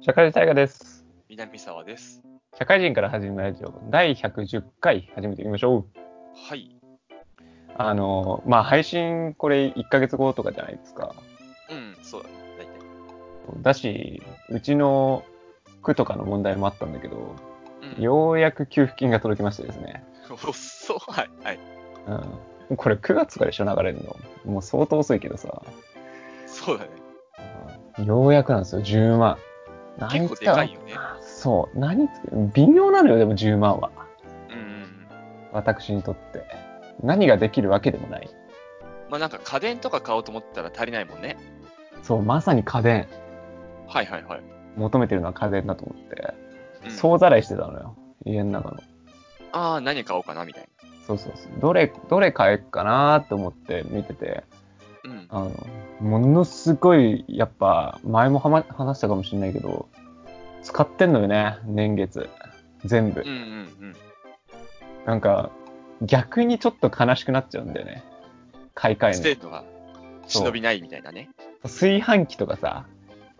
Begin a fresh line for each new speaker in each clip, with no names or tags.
社会人大河です。
南沢です。
社会人から始めるラジオ第110回始めてみましょう。
はい。
あの、まあ、配信これ1ヶ月後とかじゃないですか。
うん、そうだね。大体。
だし、うちの区とかの問題もあったんだけど、
うん、
ようやく給付金が届きましてですね。
遅っ。はい。はい。
うん。これ9月とかでしょ、流れるの。もう相当遅いけどさ。
そうだね。
ようやくなんですよ、10万。何
結構でかいよね。
そう。何つけ微妙なのよ、でも10万は。
うんうん
私にとって。何ができるわけでもない。
うん。まあなんか家電とか買おうと思ったら足りないもんね。
そう、まさに家電。
はいはいはい。
求めてるのは家電だと思って、
うん、
総ざらいしてたのよ、家の中の。
ああ、何買おうかなみたい
そうそうそう。どれ、どれ買えっかなと思って見てて、
な。うん。
あの、ものすごい、やっぱ、前もはま話したかもしれないけど、使ってんのよね、年月。全部
うん。うん
なんか、逆にちょっと悲しくなっちゃうんだよね。買い替
うん。ステ
え
ートが
そう
忍びないみたいなね。
の。炊飯器とかさ、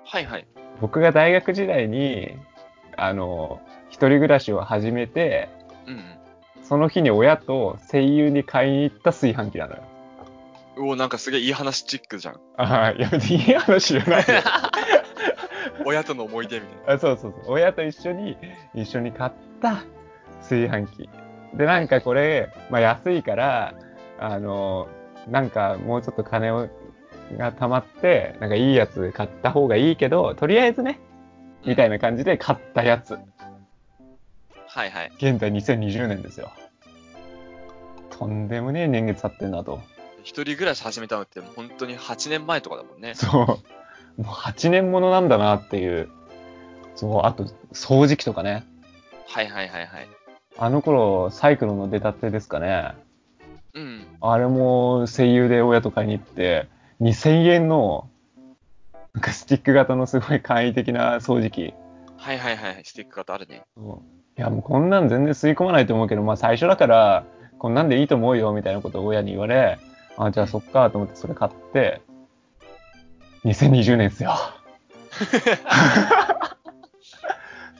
はいはい。
僕が大学時代に、あの、一人暮らしを始めて、
うん、
その日に親と声優に買いに行った炊飯器なのよ。
うん。うお、なんかすげえいい話チック じゃん。
ああ、やめていい話じゃないよ
親との思い出みたいな。
あそうそうそう。親と一緒に、一緒に買った炊飯器。で、なんかこれ、まあ安いから、あの、なんかもうちょっと金を、が溜まって、なんかいいやつ買った方がいいけど、とりあえずね、みたい
な。
な感じで買ったやつ。
はいはい。
現在2020年ですよ。とんでもねえ年月経ってんなと。
一人暮らし始めたのってもう本当に8年前とかだもんね。
そう。もう8年ものなんだなっていう。そう、あと、掃除機とかね。
はいはいはいはい。
あの頃、サイクロンの出たてですかね。
うん。
あれも声優で親と買いに行って、2000円の、なんかスティック型のすごい簡易的な掃除機。
はいはいはい。スティック型あるね。
いや、もうこんなん全然吸い込まないと思うけど、まあ最初だから、こんなんでいいと思うよ、みたいなことを親に言われ、あ、じゃあそっか、と思ってそれ買って、2020年ですよ。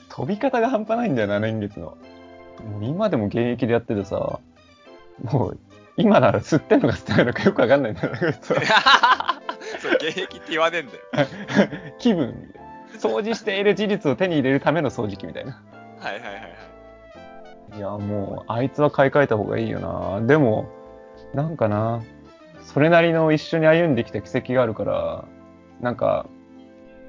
飛び方が半端ないんだよな、年月の。もう今でも現役でやっててさ、もう、今なら吸ってんのか吸ってないのかよくわかんないんだよなそう
そう、現役って言わねえんだよ。
気分。掃除している事実を手に入れるための掃除機みたいな。
はいはいはいはい。
いや、もう、あいつは買い替えた方がいいよな。でも、なんかな、それなりの一緒に歩んできた軌跡があるから、なんか、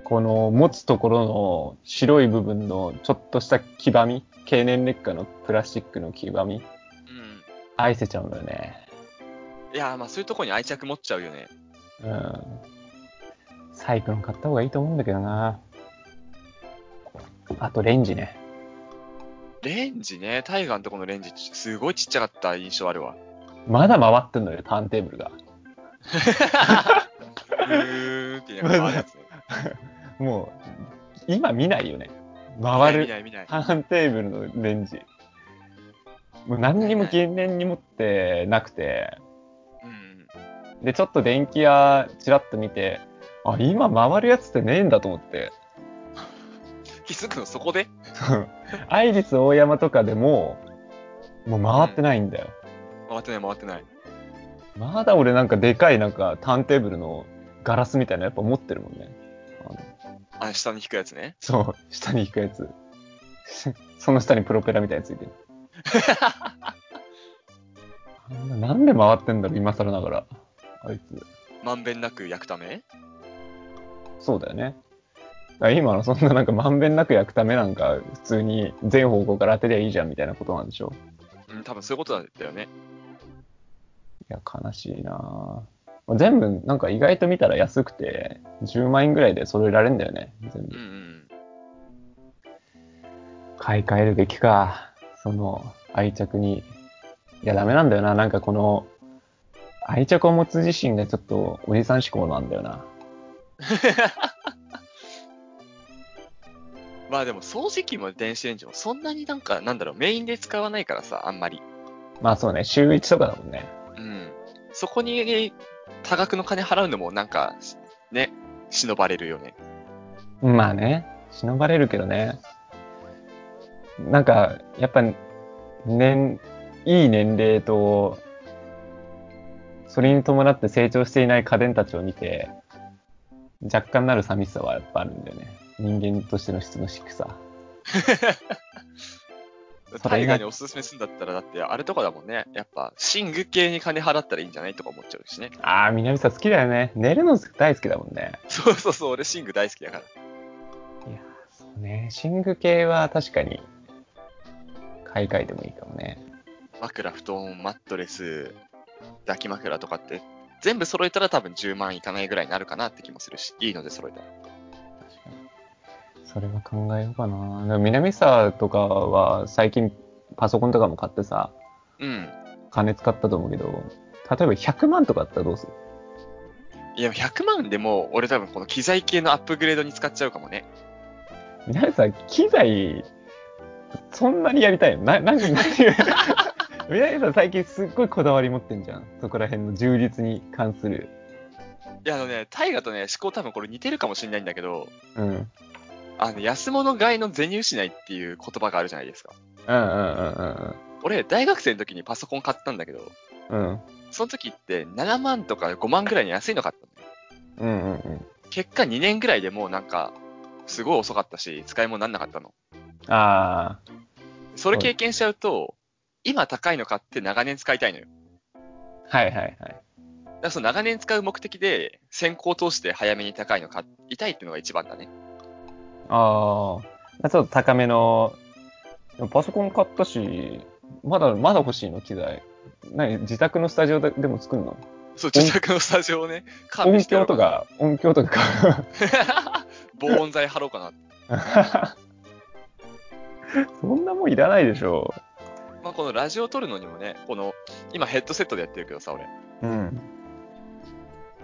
この持つところの白い部分のちょっとした黄ばみ、経年劣化のプラスチックの黄ばみ、愛せちゃうのよね。
うん。いやー、まあそういうとこに愛着持っちゃうよね。
うん。サイクロン買った方がいいと思うんだけどな。あとレンジね。
レンジね、タイガーのとこのレンジ、すごいちっちゃかった印象あるわ。
まだ回ってんのよ、ターンテーブルが。
うーんって言いながら回るやつね。
もう、今見ないよね。 回る
見。ない見ない見ない。
ターンテーブルのレンジ。もう何にも
はいは
原念に持ってなくて、
うん。
で、ちょっと電気屋ちらっと見て、あ、今回るやつってねえんだと思って。
気づくのそこで
アイリス大山とかでも、もう回ってないんだよ。
回ってない回ってない。
まだ俺なんかでかいなんかターンテーブルのガラスみたいなのやっぱ持ってるもんね。あの
あ、下に引くやつね。
そう、下に引くやつ。 その下にプロペラみたいについてる。あんななんで回ってんだろう、今更ながら。あいつ。
まんべんなく焼くため
そうだよね。だから今のそんななんかまんべんなく焼くためなんか普通に全方向から当てりゃいいじゃんみたいなことなんでしょ
うん、多分そういうことだったよね。
いや悲しいなぁまあ全部なんか意外と見たら安くて10万円ぐらいで揃えられんだよね全
うん
部
うん。
買い替えるべきかその愛着にいやダメなんだよななんかこの愛着を持つ自身がちょっとおじさん志向なんだよな
まあでも掃除機も電子レンジもそんなになんか、なんだろう、メインで使わないからさ、あんまり。
まあそうね週1とかだもんね
うん。そこに多額の金払うのもなんか、ね、忍ばれるよね。
まあねしのばれるけどね。なんか、やっぱ、年、いい年齢と、それに伴って成長していない家電たちを見て、若干なる寂しさはやっぱあるんだよね。人間としての質の低さ。それが
大河におすすめするんだったら、だってあれとかだもんね。やっぱ、寝具系に金払ったらいいんじゃないとか思っちゃうしね。
ああ、南さん好きだよね。寝るの大好きだもんね。
そうそうそう、俺寝具大好きだから。
いやー、そうね。寝具系は確かに、買い替えてもいいかもね。
枕、布団、マットレス、抱き枕とかって、全部揃えたら多分10万いかないぐらいになるかなって気もするし、いいので揃えたら。
確かにそれは考えようかな。でも南沢とかは最近パソコンとかも買ってさ、
うん。
金使ったと思うけど、例えば100万とかあったらどうする
いや、100万でも、俺多分この機材系のアップグレードに使っちゃうかもね。
南沢、機材、そんなにやりたいのな、な、な、何 南沢最近すっごいこだわり持ってんじゃん。そこら辺の充実に関する。
いや、あのね、大河とね、思考多分これ似てるかもしれないんだけど、
うん。うんうん
あの、安物買いの税入しないっていう言葉があるじゃないですか。
うんうん
俺、大学生の時にパソコン買ったんだけど、
うん。うん。
その時って7万とか5万ぐらいに安いの買ったんだよ。
うんうんうん。
結果2年ぐらいでもうなんか、すごい遅かったし、使い物になんなかったの。
ああ、
それ経験しちゃうと、今高いの買って長年使いたいのよ。
はいはいはい。
だからその長年使う目的で、先行投資で早めに高いの買いたいっていうのが一番だね。
ああ、ちょっと高めの、でもパソコン買ったし、まだまだ欲しいの、機材。何自宅のスタジオででも作るの
そう、自宅のスタジオをね、完
音
備してや
響
ろう
とか、音響とか
防音材貼ろうかな。
か。そんなもんいらないでしょ。
まあ、このラジオ撮るのにもね、この、今ヘッドセットでやってるけどさ、俺。
うん。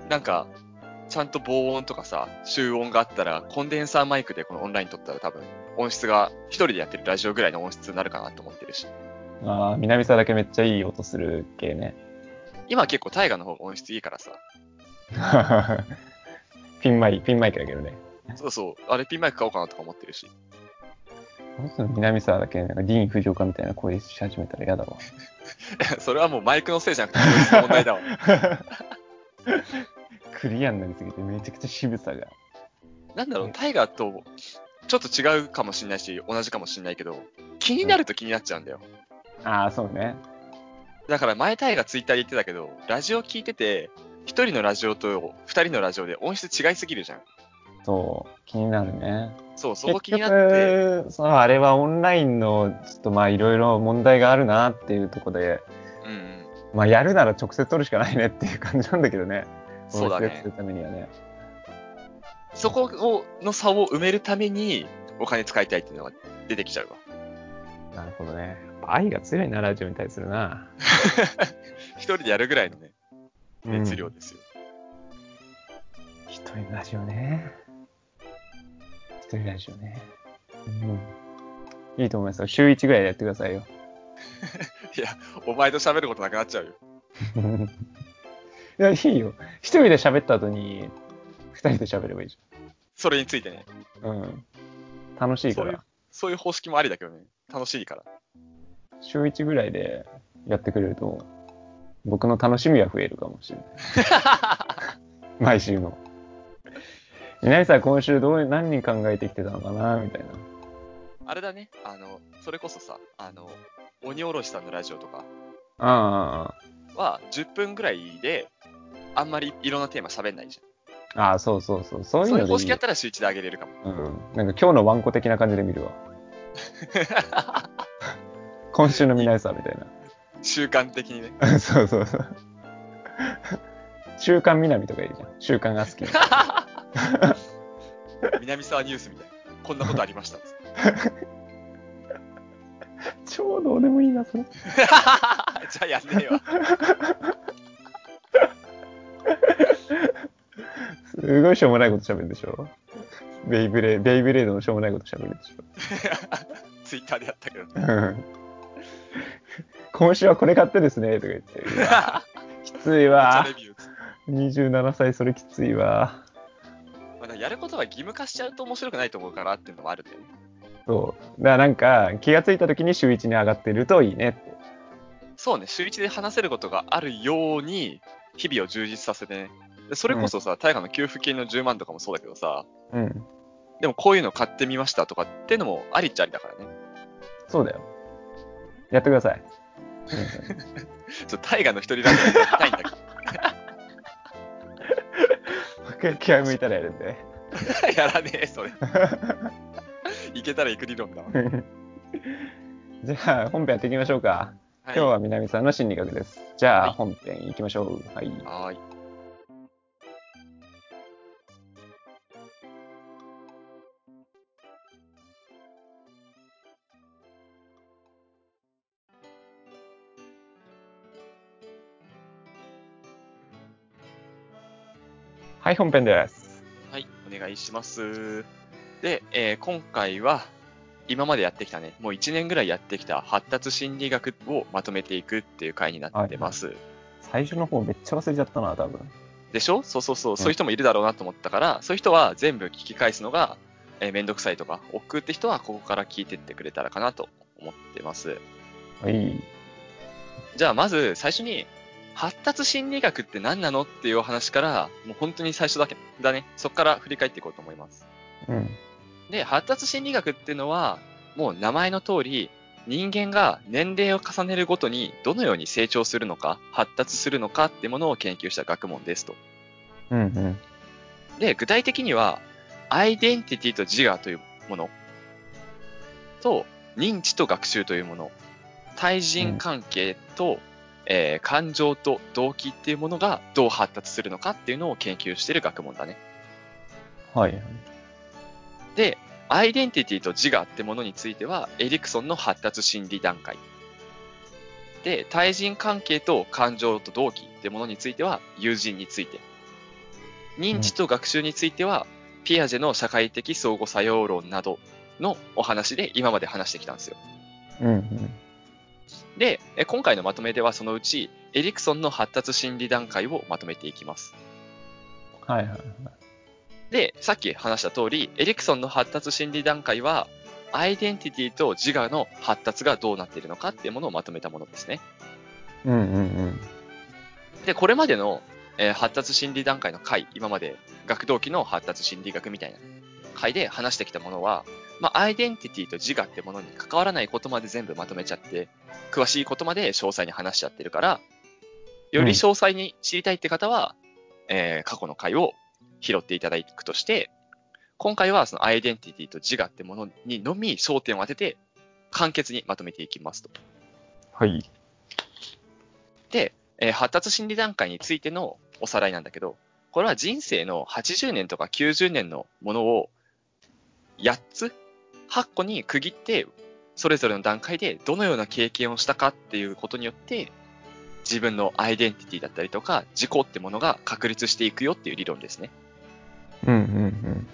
なんか、ちゃんと防音とかさ、集音があったら、コンデンサーマイクでこのオンライン撮ったら多分、音質が、一人でやってるラジオぐらいの音質になるかなと思ってるし。
ああ、南沢だけめっちゃいい音する系ね。
今は結構大河の方が音質いいからさ。
ピンマイク、ピンマイクだけどね。
そうそう、あれピンマイク買おうかなとか思ってるし。
どうすんの南沢だけ、なんかディーン・フジオカみたいな声し始めたら嫌だわ。
それはもうマイクのせいじゃなくて、音質の問題だわ。
クリアになりすぎてめちゃくちゃ渋さが。
なんだろう、タイガーとちょっと違うかもしれないし、同じかもしれないけど、気になると気になっちゃうんだよ。
ああ、そうね。
だから前タイガーツイッターで言ってたけど、ラジオ聞いてて、一人のラジオと二人のラジオで音質違いすぎるじゃん。
そう、気になるね。
そう、そ
結
こ気に
局
なって、
そのあれはオンラインの、ちょっとまあいろいろ問題があるなっていうところで、
うんうん。
まあやるなら直接撮るしかないねっていう感じなんだけどね。
そうだ
音質良くす。
ね
るためにはね。
そこをの差を埋めるために、お金使いたいっていうのが出てきちゃうわ。
なるほどね。やっぱ愛が強いな、ラジオに対するな。
一人でやるぐらいのね、熱量
うん。
ですよ。
一人のラジオね。一人ラジオね。うん。いいと思いますよ。週1ぐらいでやってくだ さいよ。
いや、お前と喋ることなくなっちゃうよ。
いや、いいよ。一人で喋った後に、二人で喋ればいいじ
それについてね。
ゃん。うん。楽しいか
そうい
ら
う。そういう方式もありだけどね。楽しいから。
週1ぐらいでやってくれると、僕の楽しみは増えるかもし れない。毎週の。南さん、今週どういう、何人考えてきてたのかなみたいな。
あれだね、あの、それこそさ、あの、鬼おろしさんのラジオとか
あ
は、10分ぐらいで、あんまりいろんなテーマ喋んないじ
あ、ああ、そうそうそう。
ゃ
そ
ん。
うい
そ
の
うういう
でい
方
い
式
よ
やっ。たら週1であげれるかも。
うん。なんか今日のワンコ的な感じで見るわ。今週の南さんみたいな。
習慣 的にね。
そうそうそう。週刊南とかいいじゃん。週刊アスキ ー。
南沢ニュースみたいな。こんなことありま した。
超どうでもいいな、それ。
じゃあやんねえわ。
すごいしょうもないこと喋るでしょ。ベイブレー、ベイブレードのしょうもないこと喋るでしょ。
ツイッターでやったけどね。
うん 今週はこれ買ってですね、とか言って。うわきついわ
めっちゃ。レビュー打つ
27歳、それきついわ。
まあ、やることが義務化しちゃうと面白くないと思うからっていうのもあるんだよね。
そう。だからなんか、気がついた時に週1に上がってるといいねって。
そうね、週一で話せることがあるように、日々を充実させてね。でそれこそさ、大河の給付金の10万とかもそうだけどさ、
うん。
でもこういうの買ってみましたとかっていうのもありっちゃありだからね。
そうだよ。やってください。
ちょっと大河の一人ラジオやりたいんだけ ど
僕気合向いたらやるんで。、
やらね え、それ。いけたら行く理論だわ。
じゃあ、本編やっていきましょうか。
今
今日は南さんの心理学です。じゃあ、
はい
本編いきましょう。はい。
はーい。
はい、本編です。
はい、お願いします。で、えー今回は、今までやってきたね、もう1年ぐらいやってきた発達心理学をまとめていくっていう回になってます。
最初の方めっちゃ忘れちゃったな、多分。
でしょそうそうそう、そういう人もいるだろうなと思ったから、そういう人は全部聞き返すのが、えーめんどくさいとか、億劫って人はここから聞いてってくれたらかなと思ってます。
はい。
じゃあまず最初に、発達心理学って何なのっていうお話から、もう本当に最初だけだね。そこから振り返っていこうと思います。
うん。
で、発達心理学っていうのは、もう名前の通り、人間が年齢を重ねるごとにどのように成長するのか、発達するのかってものを研究した学問ですと。
うんうん。
で、具体的には、アイデンティティと自我というものと、認知と学習というもの、対人関係と、えー感情と動機っていうものがどう発達するのかっていうのを研究している学問だね。
はい。
で、アイデンティティと自我ってものについては、エリクソンの発達心理段階。で、対人関係と感情と動機ってものについては、友人について。認知と学習については、ピアジェの社会的相互作用論などのお話で今まで話してきたんですよ。
うんうん。
で、え今回のまとめではそのうち、エリクソンの発達心理段階をまとめていきます。
はいはい。
で、さっき話した通り、エリクソンの発達心理段階は、アイデンティティと自我の発達がどうなっているのかっていうものをまとめたものですね。
うんうん
で、これまでの、えー発達心理段階の回、今まで学童期の発達心理学みたいな回で話してきたものは、まあ、アイデンティティと自我ってものに関わらないことまで全部まとめちゃって、詳しいことまで詳細に話しちゃってるから、より詳細に知りたいって方は、えー過去の回を拾っていただくとして、今回はそのアイデンティティと自我ってものにのみ焦点を当てて、簡潔にまとめていきますと。
はい。
で、えー発達心理段階についてのおさらいなんだけど、これは人生の80年とか90年のものを8つ、8個に区切って、それぞれの段階でどのような経験をしたかっていうことによって、自分のアイデンティティだったりとか、自己ってものが確立していくよっていう理論ですね。
うんうん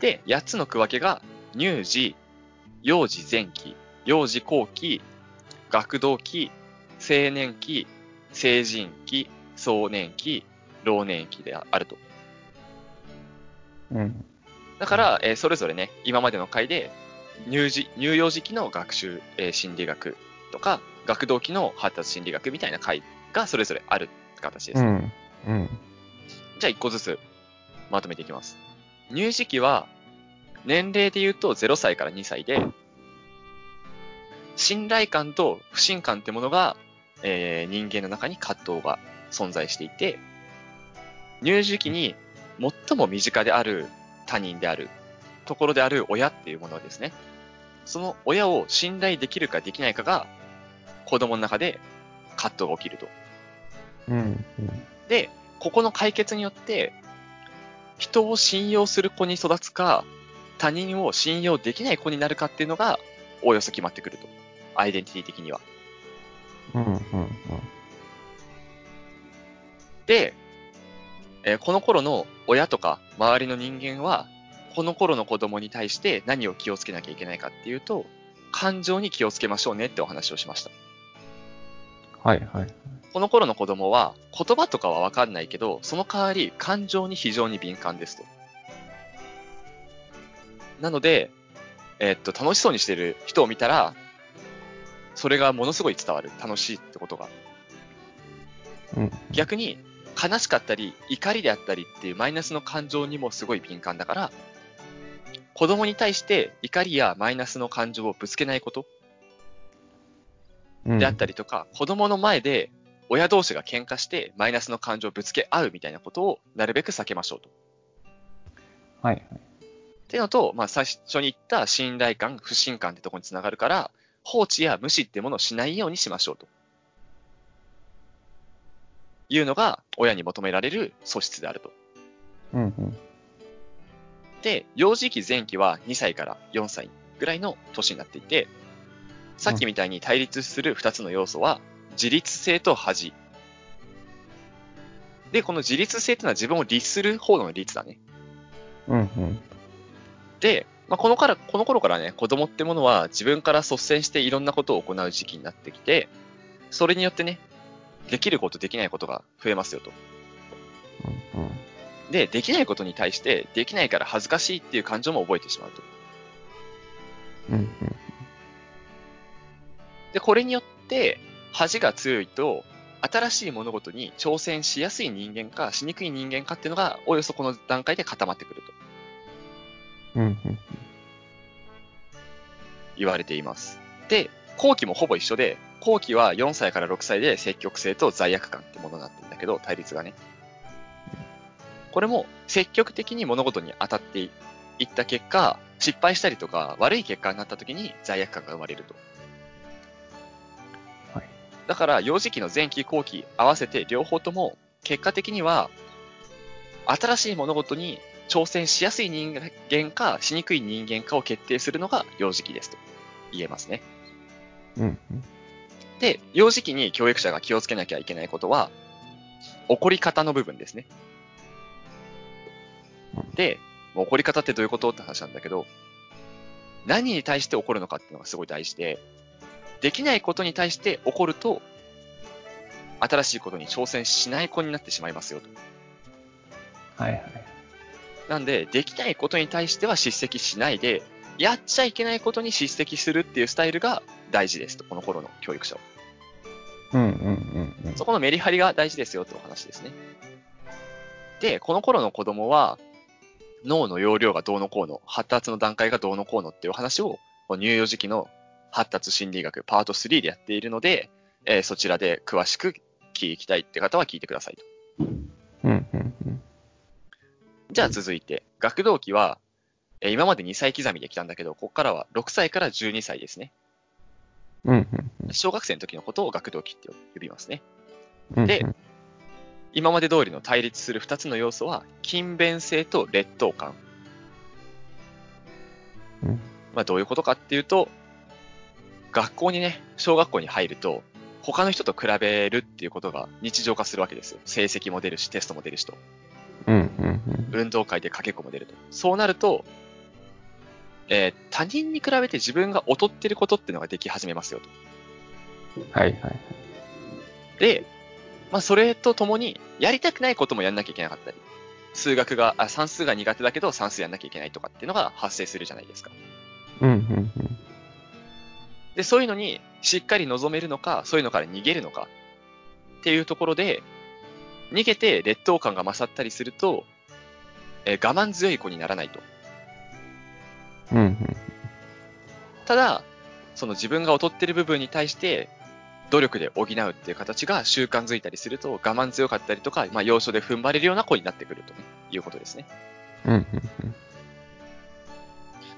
で、8つの区分けが、乳児、幼児前期、幼児後期、学童期、青年期、成人期、壮年期、老年期であると。
うん。うん。
だから、えーそれぞれね、今までの回で、乳児、乳幼児期の学習、えー心理学とか、学童期の発達心理学みたいな回がそれぞれあるって形です。
うん。うん。
じゃあ一個ずつまとめていきます。乳児期は年齢で言うと0歳から2歳で、信頼感と不信感ってものが、えー人間の中に葛藤が存在していて、乳児期に最も身近である他人である、ところである親っていうものですね。その親を信頼できるかできないかが子供の中で葛藤が起きると。
うん。
で、ここの解決によって、人を信用する子に育つか、他人を信用できない子になるかっていうのが、おおよそ決まってくると。アイデンティティ的には。
うん。うん。
で、えーこの頃の親とか周りの人間は、この頃の子供に対して何を気をつけなきゃいけないかっていうと、感情に気をつけましょうねってお話をしました。
はいはい。
この頃の子供は、言葉とかはわかんないけど、その代わり感情に非常に敏感ですと。なので、えっと、楽しそうにしてる人を見たら、それがものすごい伝わる。楽しいってことが。
うん。
逆に、悲しかったり、怒りであったりっていうマイナスの感情にもすごい敏感だから、子供に対して怒りやマイナスの感情をぶつけないこと
うん
であったりとか、子供の前で親同士が喧嘩してマイナスの感情をぶつけ合うみたいなことをなるべく避けましょうと。
はい。
っていうのと、まあ、最初に言った信頼感、不信感ってとこにつながるから、放置や無視ってものをしないようにしましょうと。いうのが親に求められる素質であると。
うんうん。
で、幼児期前期は2歳から4歳ぐらいの年になっていて、さっきみたいに対立する2つの要素は、自律性と恥。で、この自律性っていうのは自分を律する方の律だね。
うんうん。
で、まあ、このからこの頃からね、子供ってものは自分から率先していろんなことを行う時期になってきて、それによってね、できること、できないことが増えますよと。
うん
で、できないことに対して、できないから恥ずかしいっていう感情も覚えてしまうと。
うん。うん
で、これによって、恥が強いと、新しい物事に挑戦しやすい人間か、しにくい人間かっていうのが、およそこの段階で固まってくる
う
と
ん。うんうん。
言われています。で、後期もほぼ一緒で、後期は4歳から6歳で積極性と罪悪感ってものになってるんだけど、対立がね。これも積極的に物事に当たっていった結果、失敗したりとか、悪い結果になった時に罪悪感が生まれると。
はい
だから、幼児期の前期後期合わせて両方とも、結果的には、新しい物事に挑戦しやすい人間か、しにくい人間かを決定するのが幼児期ですと言えますね。
うんうん。
で、幼児期に教育者が気をつけなきゃいけないことは、怒り方の部分ですね。で、もう怒り方ってどういうことって話なんだけど、何に対して怒るのかっていうのがすごい大事で、できないことに対して怒ると、新しいことに挑戦しない子になってしまいますよと。
はいはい。
なんで、できないことに対しては叱責しないで、やっちゃいけないことに叱責するっていうスタイルが大事ですと、この頃の教育者は。
うんうんうんうん。
そこのメリハリが大事ですよってお話ですね。で、この頃の子供は、脳の容量がどうのこうの、発達の段階がどうのこうのっていう話を、この乳幼児期の発達心理学パート3でやっているので、えーそちらで詳しく聞きたいって方は聞いてくださいと。
うんうんうん。
じゃあ続いて、学童期は、えー今まで2歳刻みで来たんだけど、ここからは6歳から12歳ですね。
うんうん
小学生の時のことを学童期って呼びますね。
うん。
で今まで通りの対立する2つの要素は、勤勉性と劣等感。
うん
まあ、どういうことかっていうと、学校にね、小学校に入ると、他の人と比べるっていうことが日常化するわけですよ。成績も出るし、テストも出るしと。
うんうん
運動会でかけっこも出ると。そうなると、えー他人に比べて自分が劣ってることっていうのができ始めますよと。
うん。はいはい。
で、まあ、それとともに、やりたくないこともやんなきゃいけなかったり、数学が、あ、算数が苦手だけど算数やんなきゃいけないとかっていうのが発生するじゃないですか。
うんうんうん。
で、そういうのにしっかり臨めるのか、そういうのから逃げるのかっていうところで、逃げて劣等感が勝ったりすると、えー我慢強い子にならないと。
うんうん。
ただ、その自分が劣ってる部分に対して、努力で補うっていう形が習慣づいたりすると、我慢強かったりとか、まあ、要所で踏ん張れるような子になってくるということですね。
うんうんうん。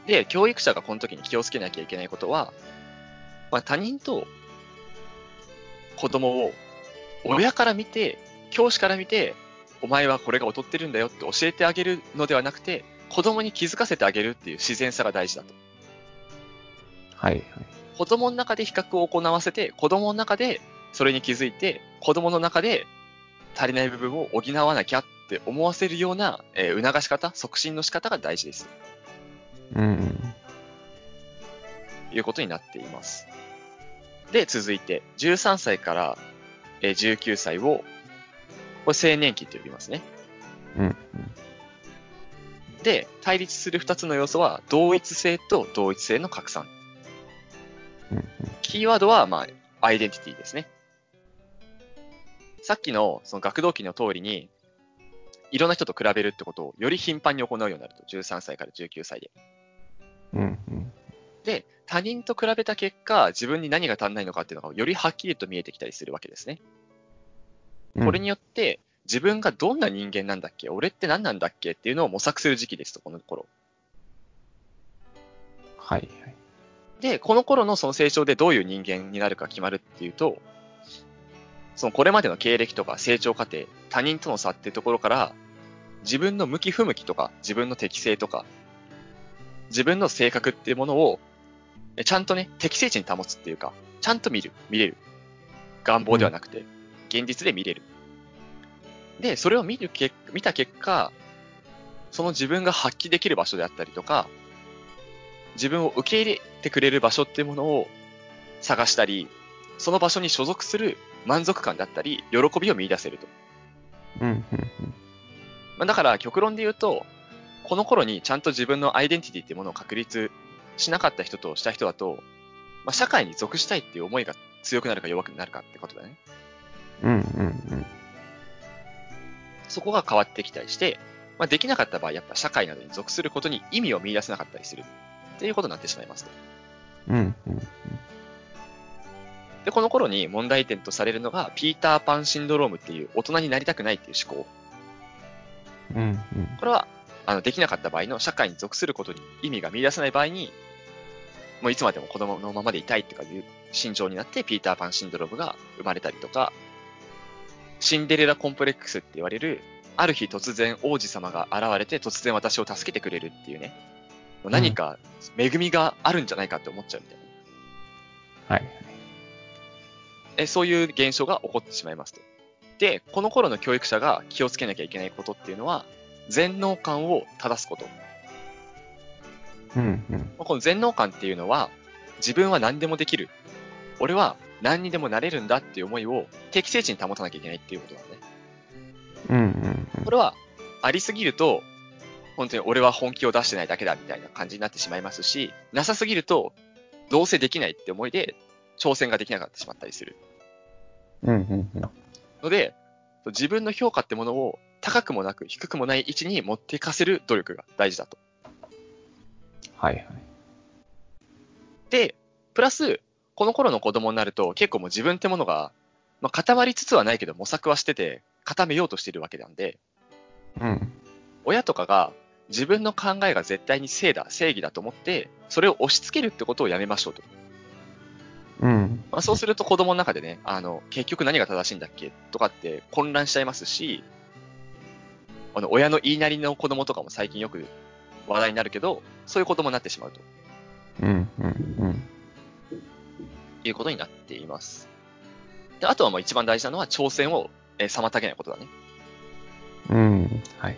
で、教育者がこの時に気をつけなきゃいけないことは、まあ、他人と子供を親から見て、教師から見て、お前はこれが劣ってるんだよって教えてあげるのではなくて、子供に気づかせてあげるっていう自然さが大事だと。
はいはい。
子供の中で比較を行わせて、子供の中でそれに気づいて、子供の中で足りない部分を補わなきゃって思わせるような、えー促し方、促進の仕方が大事です。
うんうん。
ということになっています。で、続いて、13歳からえー19歳を、これ青年期と呼びますね。
うんうん
で、対立する2つの要素は、同一性と同一性の拡散。
うんうん
キーワードは、まあ、アイデンティティですね。さっきの、その学童期の通りに、いろんな人と比べるってことをより頻繁に行うようになると。13歳から19歳で。
うんうん
で、他人と比べた結果、自分に何が足んないのかっていうのがよりはっきりと見えてきたりするわけですね。
うん
これによって、自分がどんな人間なんだっけ俺って何なんだっけっていうのを模索する時期ですと、この頃。
はいはい。
で、この頃のその成長でどういう人間になるか決まるっていうと、そのこれまでの経歴とか成長過程、他人との差っていうところから、自分の向き不向きとか、自分の適性とか、自分の性格っていうものを、えちゃんとね、適正値に保つっていうか、ちゃんと見る、見れる。願望ではなくて、現実で見れる。で、それを見るけ、見た結果、その自分が発揮できる場所であったりとか、自分を受け入れてくれる場所っていうものを探したり、その場所に所属する満足感だったり、喜びを見出せると。
うんうん
まあ、だから極論で言うと、この頃にちゃんと自分のアイデンティティっていうものを確立しなかった人とした人だと、まあ、社会に属したいっていう思いが強くなるか弱くなるかってことだね。
うん。うんうん
そこが変わってきたりして、まあ、できなかった場合、やっぱ社会などに属することに意味を見出せなかったりするっていうことになってしまいますと。
うん。うんうん。
で、この頃に問題点とされるのが、ピーターパンシンドロームっていう大人になりたくないっていう思考。
うんうん。
これは、あの、できなかった場合の社会に属することに意味が見出せない場合に、もういつまでも子供のままでいたいとかいう心情になって、ピーターパンシンドロームが生まれたりとか、シンデレラコンプレックスって言われる、ある日突然王子様が現れて突然私を助けてくれるっていうね、もう何か恵みがあるんじゃないかって思っちゃうみたいな。
はいはい。
えそういう現象が起こってしまいますと。で、この頃の教育者が気をつけなきゃいけないことっていうのは、全能感を正すこと。ま
うんうん。
あこの全能感っていうのは、自分は何でもできる。俺は何にでもなれるんだっていう思いを適正値に保たなきゃいけないっていうことなのね。
うんうん
これは、ありすぎると、本当に俺は本気を出してないだけだみたいな感じになってしまいますし、なさすぎると、どうせできないって思いで、挑戦ができなかったしまったりする。
うん。うんうんうん。
ので、自分の評価ってものを高くもなく低くもない位置に持っていかせる努力が大事だと。
はいはい。
で、プラス、この頃の子供になると結構もう自分ってものが、まあ、固まりつつはないけど模索はしてて固めようとしてるわけなんで、
うん。
親とかが自分の考えが絶対に正だ、正義だと思って、それを押し付けるってことをやめましょうと。
うん。
まあ、そうすると子供の中でね、あの、結局何が正しいんだっけとかって混乱しちゃいますし、あの、親の言いなりの子供とかも最近よく話題になるけど、そういう子供になってしまうと
うんうん
いうことになっています。で、あとはまあ一番大事なのは挑戦をえー妨げないことだね。
うん。うん。はいはい。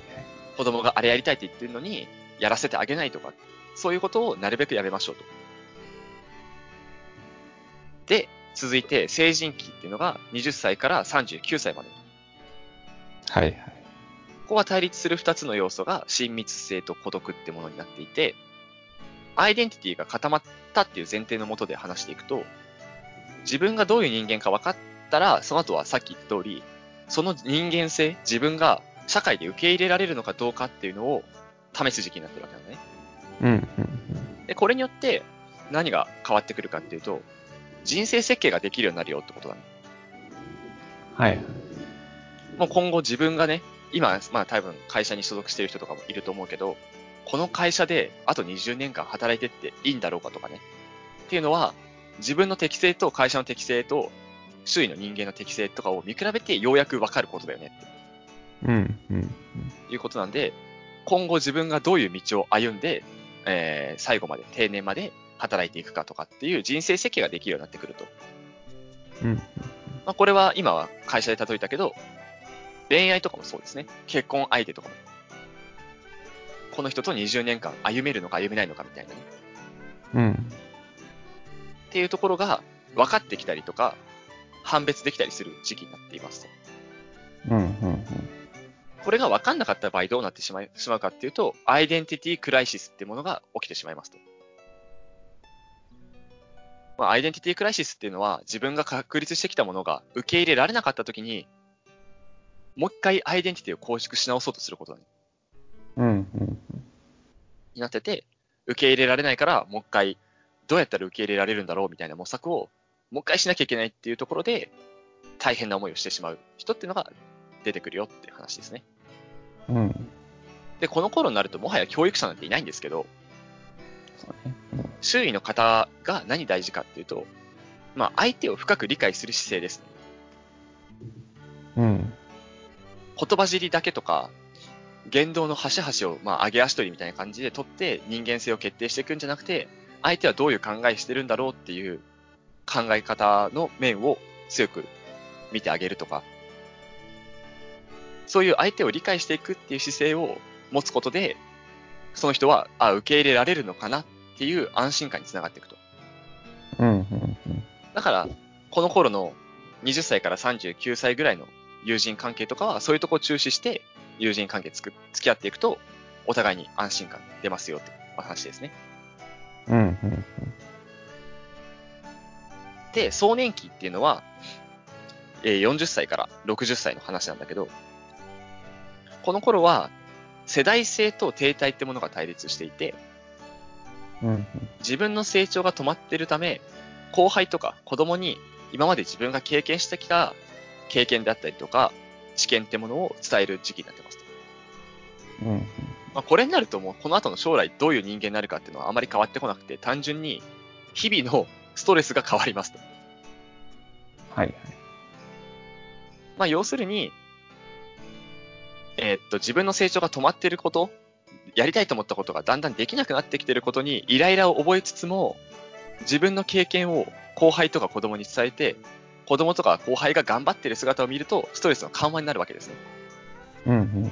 子供があれやりたいって言ってるのに、やらせてあげないとか、そういうことをなるべくやめましょうと。で、続いて成人期っていうのが20歳から39歳まで。
はいはい。
ここは対立する2つの要素が親密性と孤独ってものになっていて、アイデンティティが固まったっていう前提のもとで話していくと、自分がどういう人間か分かったら、その後はさっき言った通り、その人間性、自分が社会で受け入れられるのかどうかっていうのを試す時期になってるわけなんだね。
うんうん
で、これによって何が変わってくるかっていうと、人生設計ができるようになるよってことだね。
はいはい。
もう今後自分がね、今、まあ多分会社に所属している人とかもいると思うけど、この会社であと20年間働いてっていいんだろうかとかね。っていうのは、自分の適性と会社の適性と、周囲の人間の適性とかを見比べてようやくわかることだよね
うんうん。
ということなんで、今後自分がどういう道を歩んで、えー最後まで、定年まで働いていくかとかっていう人生設計ができるようになってくると。
うん
まあ、これは今は会社で例えたけど、恋愛とかもそうですね。結婚相手とかも。この人と20年間歩めるのか歩めないのかみたいなね。
うん。
っていうところが分かってきたりとか、判別できたりする時期になっていますと。
うんうんうん。
これが分かんなかった場合どうなってしまいしまうかっていうと、アイデンティティクライシスってものが起きてしまいますと。まあ、アイデンティティクライシスっていうのは、自分が確立してきたものが受け入れられなかったときに、もう一回アイデンティティを構築し直そうとすることに
うん、うん。
になってて、受け入れられないから、もう一回、どうやったら受け入れられるんだろうみたいな模索を、もう一回しなきゃいけないっていうところで、大変な思いをしてしまう人っていうのが出てくるよっていう話ですね。
うん。
で、この頃になると、もはや教育者なんていないんですけど、
そうね。
周囲の方が何大事かっていうと、まあ、相手を深く理解する姿勢ですね。
うん。
言葉尻だけとか、言動の端々を、まあ、上げ足取りみたいな感じで取って、人間性を決定していくんじゃなくて、相手はどういう考えしてるんだろうっていう考え方の面を強く見てあげるとか、そういう相手を理解していくっていう姿勢を持つことで、その人は、あ、受け入れられるのかなっていう安心感につながっていくと。
うん、うん、うん。
だから、この頃の20歳から39歳ぐらいの友人関係とかは、そういうとこを注視して、友人関係つく付き合っていくと、お互いに安心感出ますよってお話ですね。
うん、うん。
で、壮年期っていうのは、えー40歳から60歳の話なんだけど、この頃は、世代性と停滞ってものが対立していて、
うん、
自分の成長が止まってるため、後輩とか子供に今まで自分が経験してきた経験であったりとか、知見ってものを伝える時期になってますと。
うん、うん。
まあ、これになるともうこの後の将来どういう人間になるかっていうのはあまり変わってこなくて、単純に日々のストレスが変わりますと。
はい、はい。
まあ、要するに、えーっと、自分の成長が止まっていること、やりたいと思ったことがだんだんできなくなってきていることにイライラを覚えつつも、自分の経験を後輩とか子供に伝えて、子供とか後輩が頑張っている姿を見ると、ストレスの緩和になるわけですね。
うん、うん、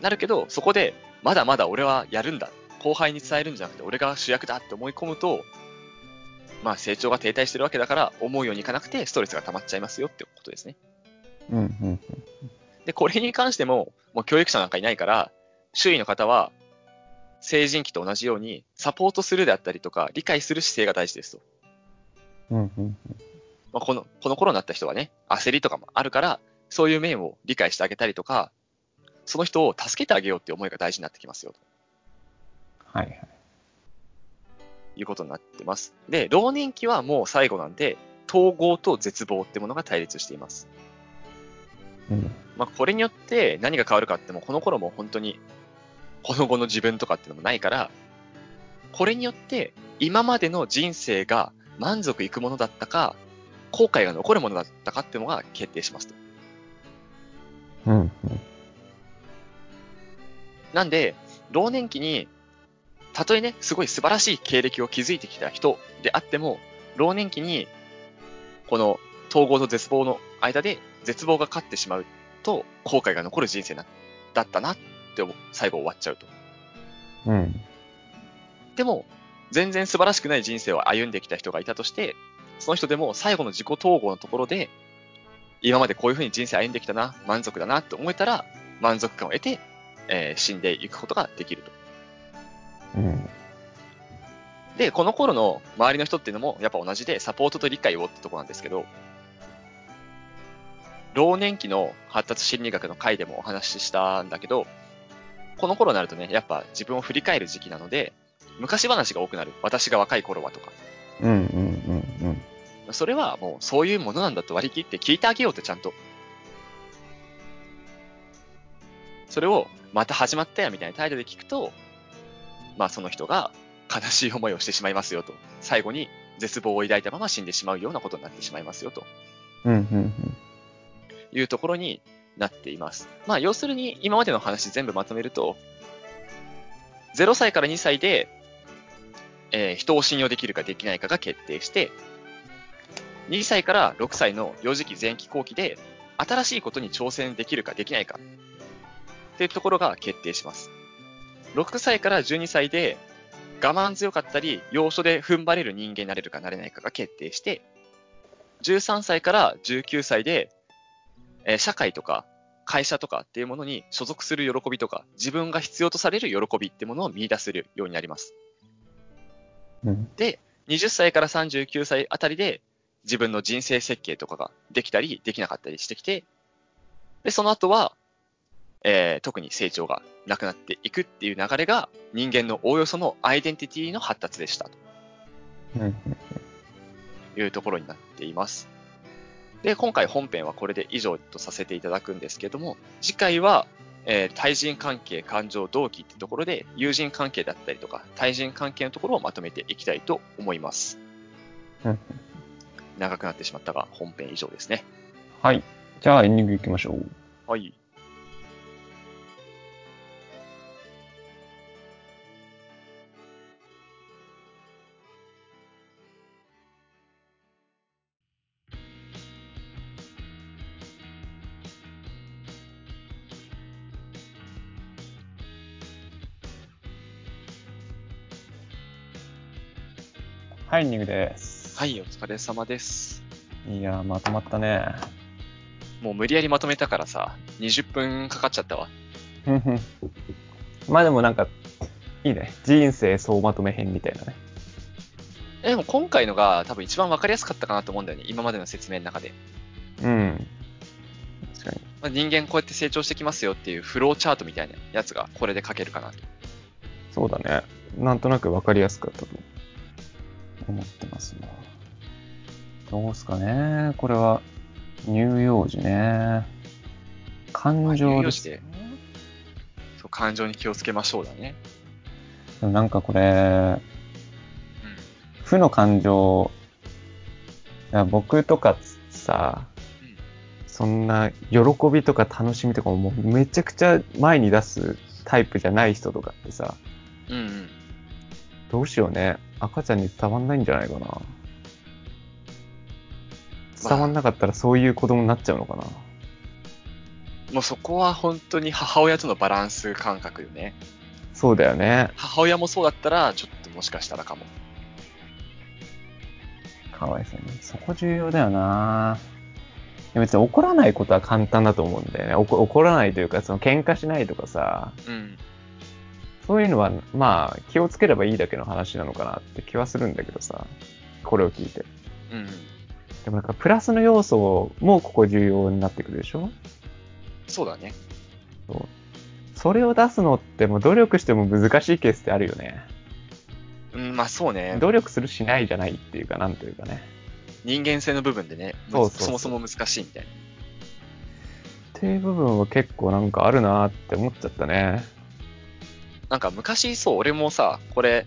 なるけど、そこで、まだまだ俺はやるんだ。後輩に伝えるんじゃなくて、俺が主役だって思い込むと、まあ成長が停滞してるわけだから、思うようにいかなくて、ストレスが溜まっちゃいますよってことですね。
うん。うん、うん、
で、これに関しても、もう教育者なんかいないから、周囲の方は、成人期と同じように、サポートするであったりとか、理解する姿勢が大事ですと。
うん、うん。
まあ、この、この頃になった人はね、焦りとかもあるから、そういう面を理解してあげたりとか、その人を助けてあげようっていう思いが大事になってきますよ、と
はい、はい。
いうことになってます。で、老年期はもう最後なんで、統合と絶望ってものが対立しています。
うん。
まあ、これによって何が変わるかってもうこの頃もう本当にこの後の自分とかっていうのもないからこれによって今までの人生が満足いくものだったか後悔が残るものだったかっていうのが決定しますと
うん、
なんで老年期にたとえねすごい素晴らしい経歴を築いてきた人であっても老年期にこの統合と絶望の間で絶望が勝ってしまうと後悔が残る人生なだったなって思う最後終わっちゃうと
うん。うん。
でも、全然素晴らしくない人生を歩んできた人がいたとして、その人でも最後の自己統合のところで、今までこういうふうに人生歩んできたな、満足だなって思えたら、満足感を得て、えー死んでいくことができると。
うん。
で、この頃の周りの人っていうのもやっぱ同じで、サポートと理解をってとこなんですけど、老年期の発達心理学の回でもお話ししたんだけど、この頃になるとね、やっぱ自分を振り返る時期なので、昔話が多くなる。私が若い頃はとか。
うん、うん、うん、うん。
それはもうそういうものなんだと割り切って聞いてあげようってちゃんと。それをまた始まったよみたいな態度で聞くと、まあその人が悲しい思いをしてしまいますよと。最後に絶望を抱いたまま死んでしまうようなことになってしまいますよと
うん、うん、
いうところになっています。まあ要するに今までの話全部まとめると、0歳から2歳で、えー人を信用できるかできないかが決定して、2歳から6歳の幼児期前期後期で新しいことに挑戦できるかできないかっていうところが決定します。6歳から12歳で我慢強かったり、要所で踏ん張れる人間になれるかなれないかが決定して、13歳から19歳でえー社会とか会社とかっていうものに所属する喜びとか、自分が必要とされる喜びってものを見出せるようになります。
うん。
20歳から39歳あたりで自分の人生設計とかができたりできなかったりしてきて、で、その後は、えー特に成長がなくなっていくっていう流れが人間のおおよそのアイデンティティの発達でした
うん。
というところになっています。で、今回本編はこれで以上とさせていただくんですけども、次回は、えー対人関係、感情、動機ってところで友人関係だったりとか対人関係のところをまとめていきたいと思います。
うん
長くなってしまったが本編以上ですね。
はい。じゃあエンディングいきましょう。
はい。
はい、エンディングです。
はい、お疲れ様です。
いやー、まとまったね。
もう無理やりまとめたからさ、20分かかっちゃったわ。
うんうんまあでもなんか、いいね。人生総まとめ編みたいなね。
えでも今回のが多分一番わかりやすかったかなと思うんだよね。今までの説明の中で。
うん。確かに。
まあ、人間こうやって成長してきますよっていうフローチャートみたいなやつがこれで書けるかなと。
そうだね。なんとなく分かりやすかったと思ってますね。どうすかね。これは、乳幼児ね。感情ですね。
そう感情に気をつけましょうだね。
でもなんかこれ、負の感情、いや僕とかさ、
うん
そんな喜びとか楽しみとかももうめちゃくちゃ前に出すタイプじゃない人とかってさ、
うん。うんうん。
どうしようね。赤ちゃんに伝わんないんじゃないかな。伝わんなかったらそういう子供になっちゃうのかな。
もうそこは本当に母親とのバランス感覚よね。
そうだよね。
母親もそうだったら、ちょっともしかしたらかも。
かわいそうに。そこ重要だよな。いや別に怒らないことは簡単だと思うんだよね。怒怒らないというか、その喧嘩しないとかさ、
うん。
そういうのは、まあ、気をつければいいだけの話なのかなって気はするんだけどさ、これを聞いて。
うん。
でもなんか、プラスの要素もここ重要になってくるでしょ
そうだね。
そうそれを出すのって、もう努力しても難しいケースってあるよね。
うん、まあそうね。
努力するしないじゃないっていうか、なんというかね。
人間性の部分でね、む
そうそうそう
そもそも難しいみたいな。
っていう部分は結構なんかあるなって思っちゃったね。
なんか昔、そう、俺もさ、これ、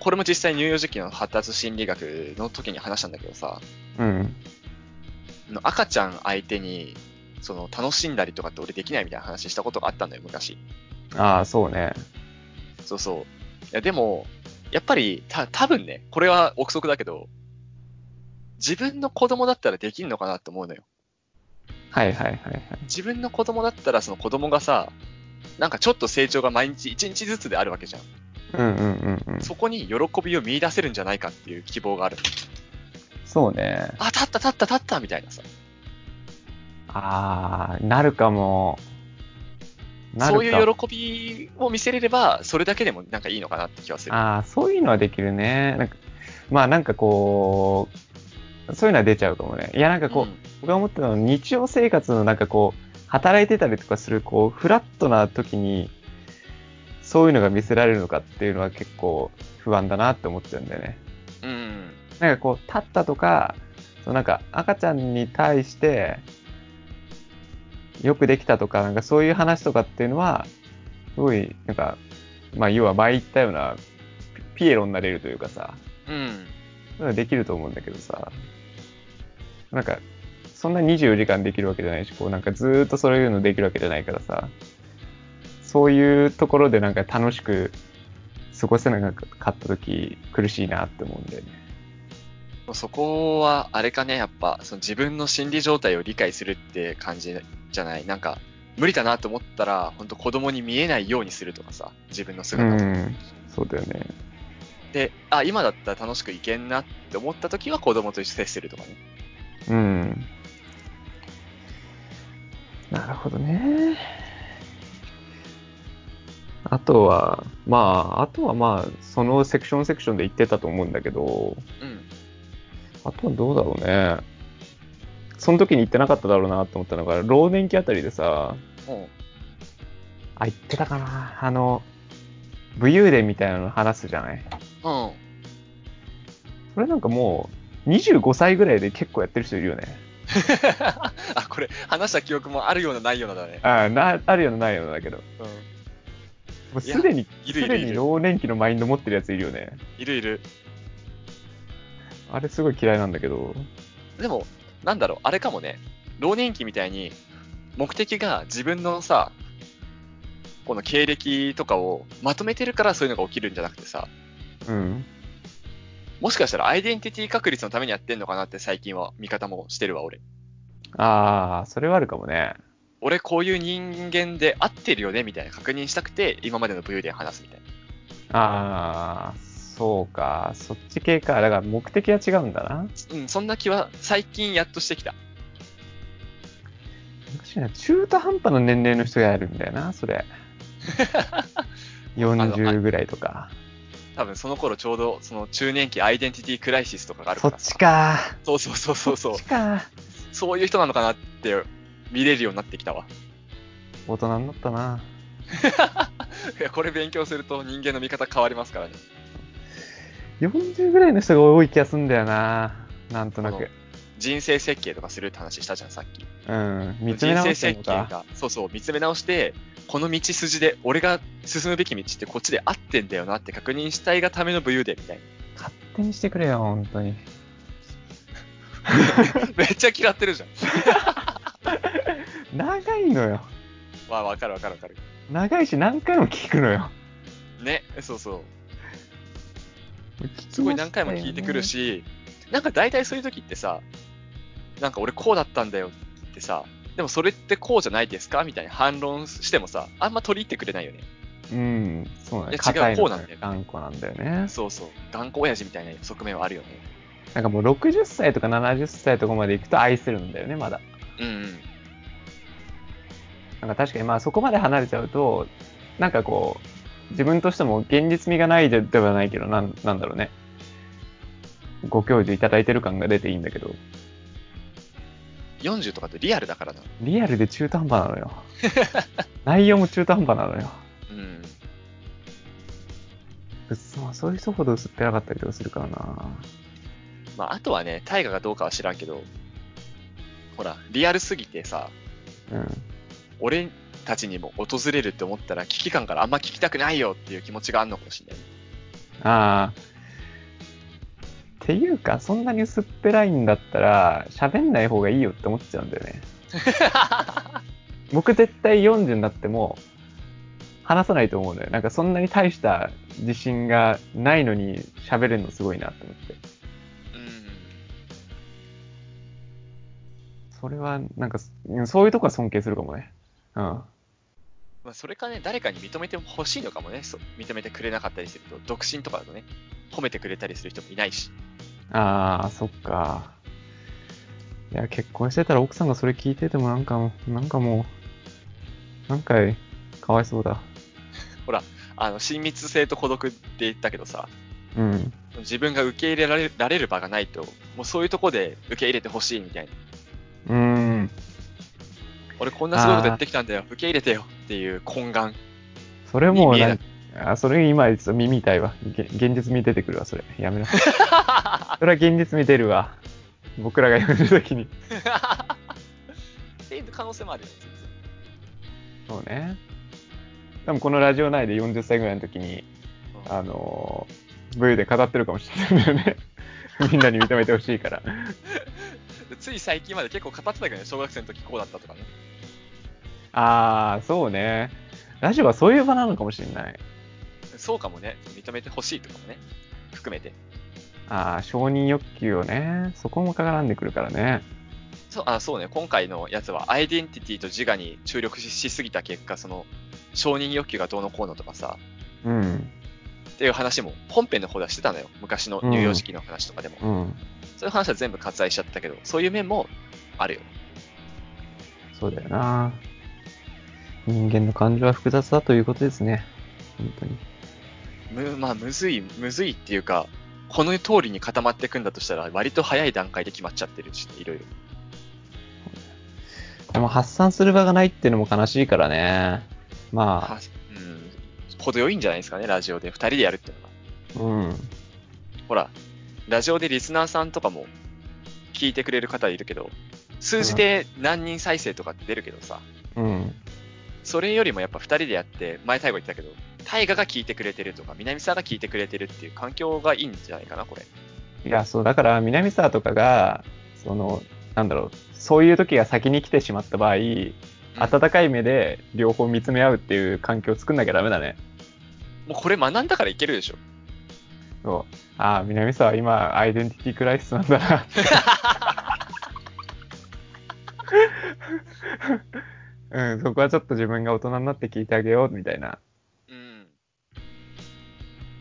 これも実際乳幼児期の発達心理学の時に話したんだけどさ、
うん。
の赤ちゃん相手にその楽しんだりとかって俺できないみたいな話したことがあったんだよ昔
ああ、そうね。
そうそういやでもやっぱりた多分ねこれは憶測だけど自分の子供だったらできるのかなと思うのよ
はいはいはいはい。
自分の子供だったらその子供がさなんかちょっと成長が毎日1日ずつであるわけじゃん
うんうんうんうん。
そこに喜びを見出せるんじゃないかっていう希望があるの
そうね。
あ立った立った立ったみたいなさ
ああ、なるかも。なるか
そういう喜びを見せれればそれだけでもなんかいいのかなって気はする
ああ、そういうのはできるね。なんかまあなんかこう、そういうのは出ちゃうかもね。いやなんかこう、
うん
僕が思ってたのは日常生活のなんかこう、働いてたりとかするこう、フラットな時に、そういうのが見せられるのかっていうのは結構不安だなって思っちゃうんだよね。
うん
なんかこう、立ったとか、そのなんか赤ちゃんに対して、よくできたとか、なんかそういう話とかっていうのは、すごい、なんか、まあ要は前言ったような、ピピエロになれるというかさ、
うん
そういうのできると思うんだけどさ、なんか、そんな24時間できるわけじゃないし、こうなんかずーっとそういうのできるわけじゃないからさ、そういうところでなんか楽しく過ごせなかった時苦しいなって思うんだよね。
もうそこは、あれかね、やっぱ、その自分の心理状態を理解するって感じじゃない。なんか、無理だなと思ったら、本当子供に見えないようにするとかさ、自分の
う
姿とか
ん、そうだよね。
で、あ、今だったら楽しくいけんなって思った時は子供と一緒に接するとかね。
うん。なるほどね。あとは、まあ、あとはまあ、そのセクションセクションで言ってたと思うんだけど、
うん。
あとはどうだろうね。その時に言ってなかっただろうなと思ったのが、老年期あたりでさ、
も、
あ、言ってたかな。あの、武勇伝みたいなの話すじゃないう
うん。
それなんかもう、25歳ぐらいで結構やってる人いるよね。
あ、これ、話した記憶もあるような、ないようなだね。
あなあるようなないようなだけど。
うん。
もうすでに、す
いるいる
で
い
に
る
老年期のマインド持ってるやついるよね。
いるいる。
あれすごい嫌いなんだけど。
でも、なんだろう、あれかもね、老年期みたいに、目的が自分のさ、この経歴とかをまとめてるからそういうのが起きるんじゃなくてさ、
うん。
もしかしたらアイデンティティ確立のためにやってんのかなって最近は見方もしてるわ、俺。
ああ、それはあるかもね。
俺こういう人間で合ってるよねみたいな確認したくて、今までの武勇伝話すみたいな。
ああ、そうか。そっち系か。だから目的は違うんだな。
うん、そんな気は最近やっとしてきた。
難しいな。中途半端な年齢の人がやるんだよな、そ れ。40ぐらいとか。
多分その頃ちょうどその中年期アイデンティティクライシスとかがある
そ
か
っ
ら
ち
さ。
か。
そうそうそうそうそう
そっち。か。
そういう人なのかなって見れるようになってきたわ。
大人になったな。
いや、これ勉強すると人間の見方変わりますからね。
40ぐらいの人が多い気がすんだよな。なんとな
そう
く。
人生設計とかするって話したじゃん、さっき。
うん。見つめ直してんの
人生設計
か。
が、そうそう、見つめ直して、この道筋で、俺が進むべき道ってこっちで合ってんだよなって確認したいがための武勇伝みたい
勝手にしてくれよ、本当に。
な。 めっちゃ嫌ってるじゃん。
長いのよ。
まあ、わかるわかるわかる。
長いし何回も聞くのよ。
ね、そうそう。すごい何回も聞いてくるし、なんか大体そういう時ってさ、なんか俺こうだったんだよってさ、でもそれってこうじゃないですかみたいな反論してもさ、あんま取り入ってくれないよね。
うん、そうなん
いや
だ。硬
違う
いの
こうなんだよ
頑固なんだよね。
そうそう。頑固親父みたいな側面はあるよね。
なんかもう60歳とか70歳とかまで行くと愛せるんだよね、まだ。
うんうん。
なんか確かにまあそこまで離れちゃうと、なんかこう、自分としても現実味がないでではないけど、なんなんだろうね。ご教授いただいてる感が出ていいんだけど、
40とかってリアルだからな。
リアルで中途半端なのよ。内容も中途半端なのよ。
うん。
別にまあそういう人ほど薄っぺらかったりとかするからな。
まあ、あとはね、大河がどうかは知らんけど、ほら、リアルすぎてさ、
うん。
俺たちにも訪れるって思ったら、危機感からあんま聞きたくないよっていう気持ちがあるのかもしれない。
ああ。っていうか、そんなに薄っぺらいんだったら、喋んない方がいいよって思っちゃうんだよね。僕絶対40になっても、話さないと思うんだよ。なんかそんなに大した自信がないのに喋るのすごいなと思って。
うん。
それは、なんか、うんそういうとこは尊敬するかもね。うん。
まあ、それかね、誰かに認めてほしいのかもねそう。認めてくれなかったりすると、独身とかだとね、褒めてくれたりする人もいないし。
ああ、そっか。いや、結婚してたら奥さんがそれ聞いててもなんかもう、なんかもう、なんか、かわいそうだ。
あの、親密性と孤独って言ったけどさ、
うん。
自分が受け入れられられる場がないと、もうそういうとこで受け入れてほしいみたいな。
うーん。
俺こんなすごいことやってきたんだよ、受け入れてよっていう懇願。
それもう
に見え
なんあ、それ今、耳痛いわ。げ現実味出てくるわ、それ。やめなさい。それは現実味出るわ。僕らがやるときに。
っていう可能性もあるよ。
そうね。多分このラジオ内で40歳ぐらいの時に、あのー、V で語ってるかもしれないんだよね。 みんなに認めてほしいから。
つい最近まで結構語ってたけどね、小学生の時こうだったとかね。
ああ、そうね。ラジオはそういう場なのかもしれない。
そうかもね、認めてほしいとかもね、含めて。
ああ、承認欲求をね、そこも絡んでくるからね。
そうあそうね、今回のやつはアイデンティティと自我に注力ししすぎた結果、その承認欲求がどうのこうのとかさ、
うん、
っていう話も本編の方ではしてたのよ。昔の乳幼児期の話とかでも。
うん。
そういう話は全部割愛しちゃったけど、そういう面もあるよ。
そうだよな。人間の感情は複雑だということですね。本当に。
む、まあ、むずい、むずいっていうか、この通りに固まっていくんだとしたら、割と早い段階で決まっちゃってるし、いろいろ。
でも発散する場がないっていうのも悲しいからね。ま
はうん。程よいんじゃないですかね、ラジオで。二人でやるってのが。
あ、うん。
ほら、ラジオでリスナーさんとかも聞いてくれる方いるけど、数字で何人再生とかって出るけどさ、
うん。
それよりもやっぱ二人でやって、前大悟言ってたけど、大河が聞いてくれてるとか、南沢が聞いてくれてるっていう環境がいいんじゃないかな、これ。
いや、そう、だから、南沢とかが、その、なんだろう、そういう時が先に来てしまった場合、
も
温かい目で両方見つめ合うっていう環境を作んなきゃダメだね。
うこれ学んだからいけるでしょ。
そう。ああ、南沢、今、アイデンティティクライシスなんだな って。うん、そこはちょっと自分が大人になって聞いてあげようみたいな。
うん。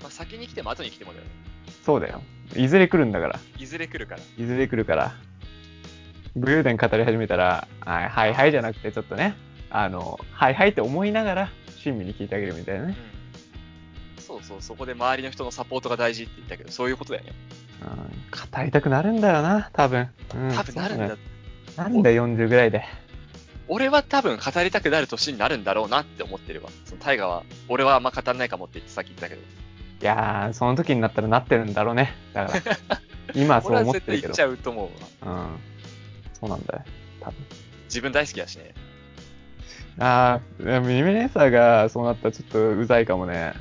まあ、先に来ても後に来てもだよね。
そうだよ。いずれ来るんだから。
いずれ来るから。
いずれ来るから。武勇伝語り始めたら、はいはいはいじゃなくて、ちょっとね、あの、はいはいって思いながら、親身に聞いてあげるみたいな
う
ね
ん。。そうそう、そこで周りの人のサポートが大事って言ったけど、そういうことだよね。
うん、語りたくなるんだよな、多分。うん、
多分なるん
そう
だ
よ。なんだよ40ぐらいで。
俺は多分語りたくなる年になるんだろうなって思ってるわ。そのタイガは、俺はあんま語らないかもって言ってさっき言ったけど、
いやー、その時になったらなってるんだろうね。だ から、今はそう
俺は
思っ
絶
てるけ
対言
ど
っち。ゃうと思う
う
わ。
ん。そうなんだよ。多分。
自分大好きだしね。
あー、でもミミネーサーがそうなったらちょっとうざいかもね。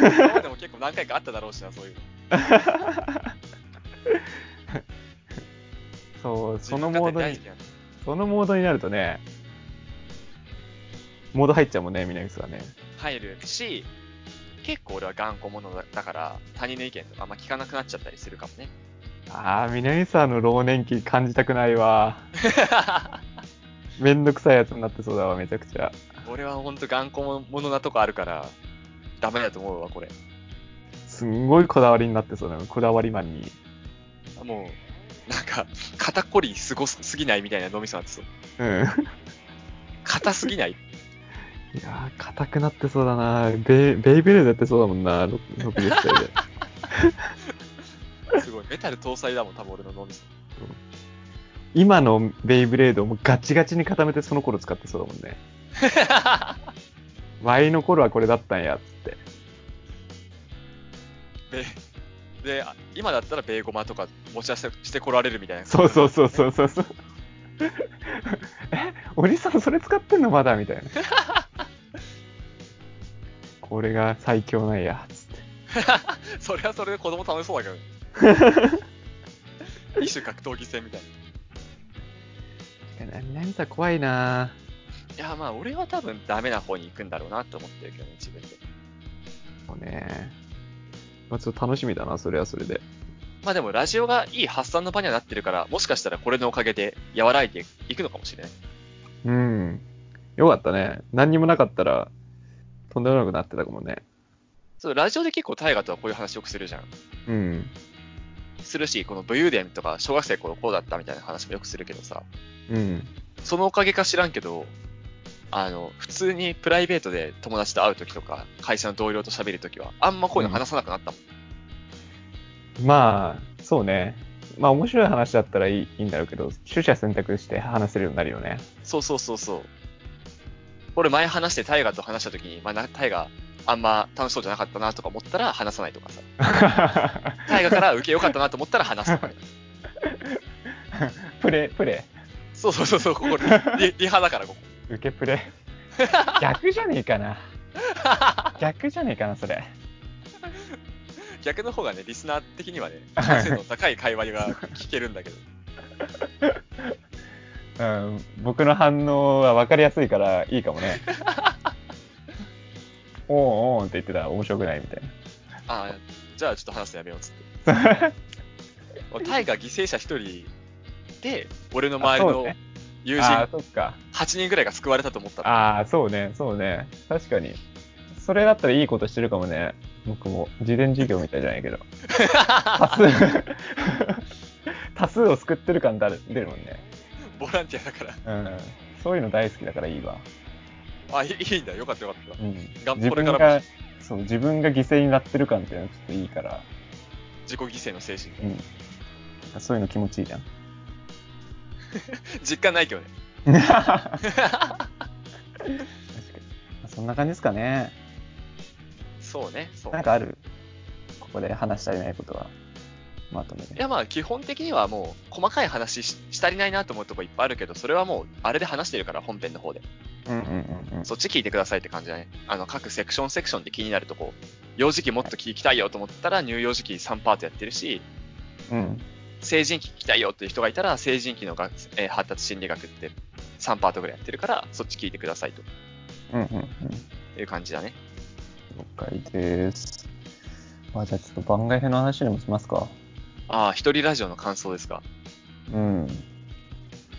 今までも結構何回かあっただろうしな、そういうの。
そう、そのモードに
自分、が大好きな
そのモードになるとね、モード入っちゃうもんね、ミネーサーね。
の入るし、結構俺は頑固者だだから、他人の意見とかあんま聞かなくなっちゃったりするかもね。
あー、ミネーサーの老年期感じたくない わ。めんどくさいやつになってそうだわ、めちゃくちゃ。
俺はほんと頑固者なとこあるから、ダメだと思うわ、これ。
すんごいこだわりになってそうだよ、こだわりマンに。
もう、なんか、肩こりすごすぎないみたいな脳みそなんですよ。
うん。
硬すぎない
いやー、硬くなってそうだなベイベイブレードやってそうだもんな、ろく60歳で。
すごい。メタル搭載だもん、多分俺の脳 みそ。
今のベイブレードをもうガチガチに固めてその頃使ってそうだもんね。前の頃はこれだったんや、つって。
で、で、あ今だったらベーゴマとか持ち出してしてこられるみたいな。
そうそうそうそうそうそう。え、おじさんそれ使ってんのまだみたいな。これが最強なんや、つって。
それはそれで子供楽しそうだけ どね。一種格闘技戦みたいな。
確かに、何さ、怖いない
や、まあ、俺は多分ダメな方に行くんだろうなと思ってるけどね、自分で。
そうねまあ、ちょっと楽しみだな、それはそれで。
まあでも、ラジオがいい発散の場にはなってるから、もしかしたらこれのおかげで和らいでいくのかもしれない。
うん。よかったね。何にもなかったら、とんでもなくなってたかもね。
そう、ラジオで結構大河とはこういう話よくするじゃん。
うん。
するし、この武勇伝とか、小学生の頃こうだったみたいな話もよくするけどさ、
うん。
そのおかげか知らんけど、あの、普通にプライベートで友達と会うときとか、会社の同僚と喋るときは、あんまこういうの話さなくなったもん。
まあ、そうね。まあ、面白い話だったらいいいいんだろうけど、取捨選択して話せるようになるよね。
そうそうそうそう。俺前話してタイガーと話したときに、まあな、タイガーあんま楽しそうじゃなかったなとか思ったら話さないとかさ。タイガーから受け良かったなと思ったら話すとか。
プレ、プレ。
そうそうそうそう、ここリリリハだからここ。
受け プレ。逆じゃねえかな。逆じゃねえかな、それ。
逆の方がね、リスナー的にはね、完成度の高い会話が聞けるんだけ
う
ど。
ん。僕の反応は分かりやすいから、いいかも ね。おーおーんって言ってたら面白くないみたいな。
ああ、じゃあちょっと話すのやめようっつって。 俺タイガー犠牲者一人で、俺の周り
あそう
の
ね
友
ああ、
人
そっか。
8人ぐらいが救われたと思ったら、
ああ、そうね、そうね。確かに。それだったらいいことしてるかもね。僕も。事前授業みたいじゃないけど。 多数。多数を救ってる感だる出るもんね。
ボランティアだから。
うん。そういうの大好きだからいいわ。
あ、いいいいんだ。よかったよかった。
うん。
が
自
これ
分
からも
が、そう、自分が犠牲になってる感っていうのはちょっといいから、
自己犠牲の精神。
うん。そういうの気持ちい いじゃん。
実感ないけどね。
確かに。そんな感じですかね。
そうね。そう。
なんかあるここで話し足りないことは。まとめ
い
て。
やまあ基本的にはもう細かい話しし足りないなと思うとこいっぱいあるけど、それはもうあれで話してるから本編の方で。
うんうんうんうん。
そっち聞いてくださいって感じだね。あの、各セクションセクションで気になるとこ、幼児期もっと聞きたいよと思ったら、乳幼児期3パートやってるし、
うん。
成人期聞きたいよっていう人がいたら、成人期の学、えー発達心理学って3パートぐらいやってるから、そっち聞いてくださいと
うんうんうん。
いう感じだね。
了解です。まあじゃあちょっと番外編の話でもしますか。
ああ、一人ラジオの感想ですか。
うん。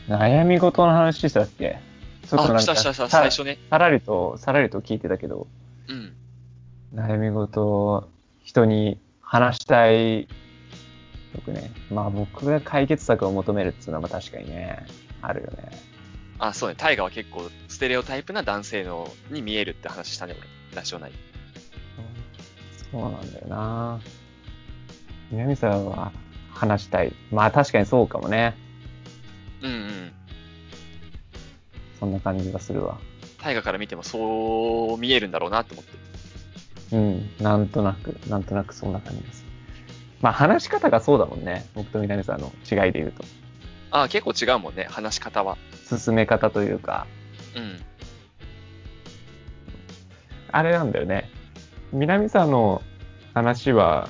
悩み事の話したっけちょっと
あ、
なん
した
か
したした、
さ
最初ね。
さらりと、さらりと聞いてたけど、
うん。
悩み事を人に話したい。僕ね、まあ僕が解決策を求めるっていうのは確かにね、あるよね。
あ、そうね。タイガは結構、ステレオタイプな男性のに見えるって話したね、俺。ラジオ内。
そうなんだよな。南さんは話したい。まあ確かにそうかもね。
うんうん。
そんな感じがするわ。
タイガから見てもそう見えるんだろうなと思って。
うん、なんとなく、なんとなくそんな感じです。まあ話し方がそうだもんね。僕と南さんの違いで言うと。
ああ、結構違うもんね、話し方は。
進め方というか、
うん。
あれなんだよね。南さんの話は、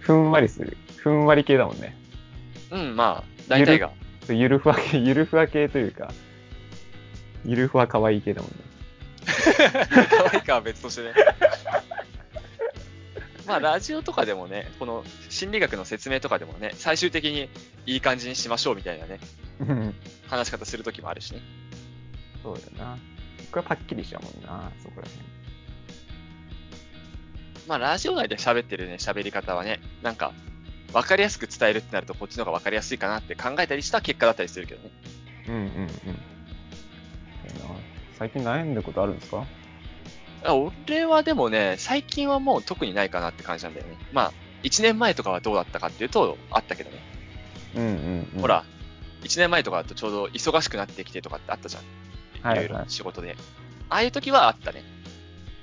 ふんわりする。ふんわり系だもんね。
うん、まあ、大体が。
ゆるふわ系、ゆるふわ系というか、ゆるふわ可愛い系だもんね。
可愛いかは別としてね。 まあ、ラジオとかでもね、この心理学の説明とかでもね、最終的にいい感じにしましょうみたいなね、
うん。
話し方するときもあるしね。
そうだな。僕はパッキリしたもんな、そこら辺。
まあ、ラジオ内で喋ってるね、喋り方はね、なんか、分かりやすく伝えるってなると、こっちの方が分かりやすいかなって考えたりした結果だったりするけどね。
うんうんうん。最近悩んだことあるんですか
あ俺はでもね、最近はもう特にないかなって感じなんだよね。まあ、1年前とかはどうだったかっていうと、あったけどね。
うんうん、
ほ、ら、1年前とかだとちょうど忙しくなってきてとかってあったじゃん。
はいはい
いろいろ仕事で。ああいう時はあったね。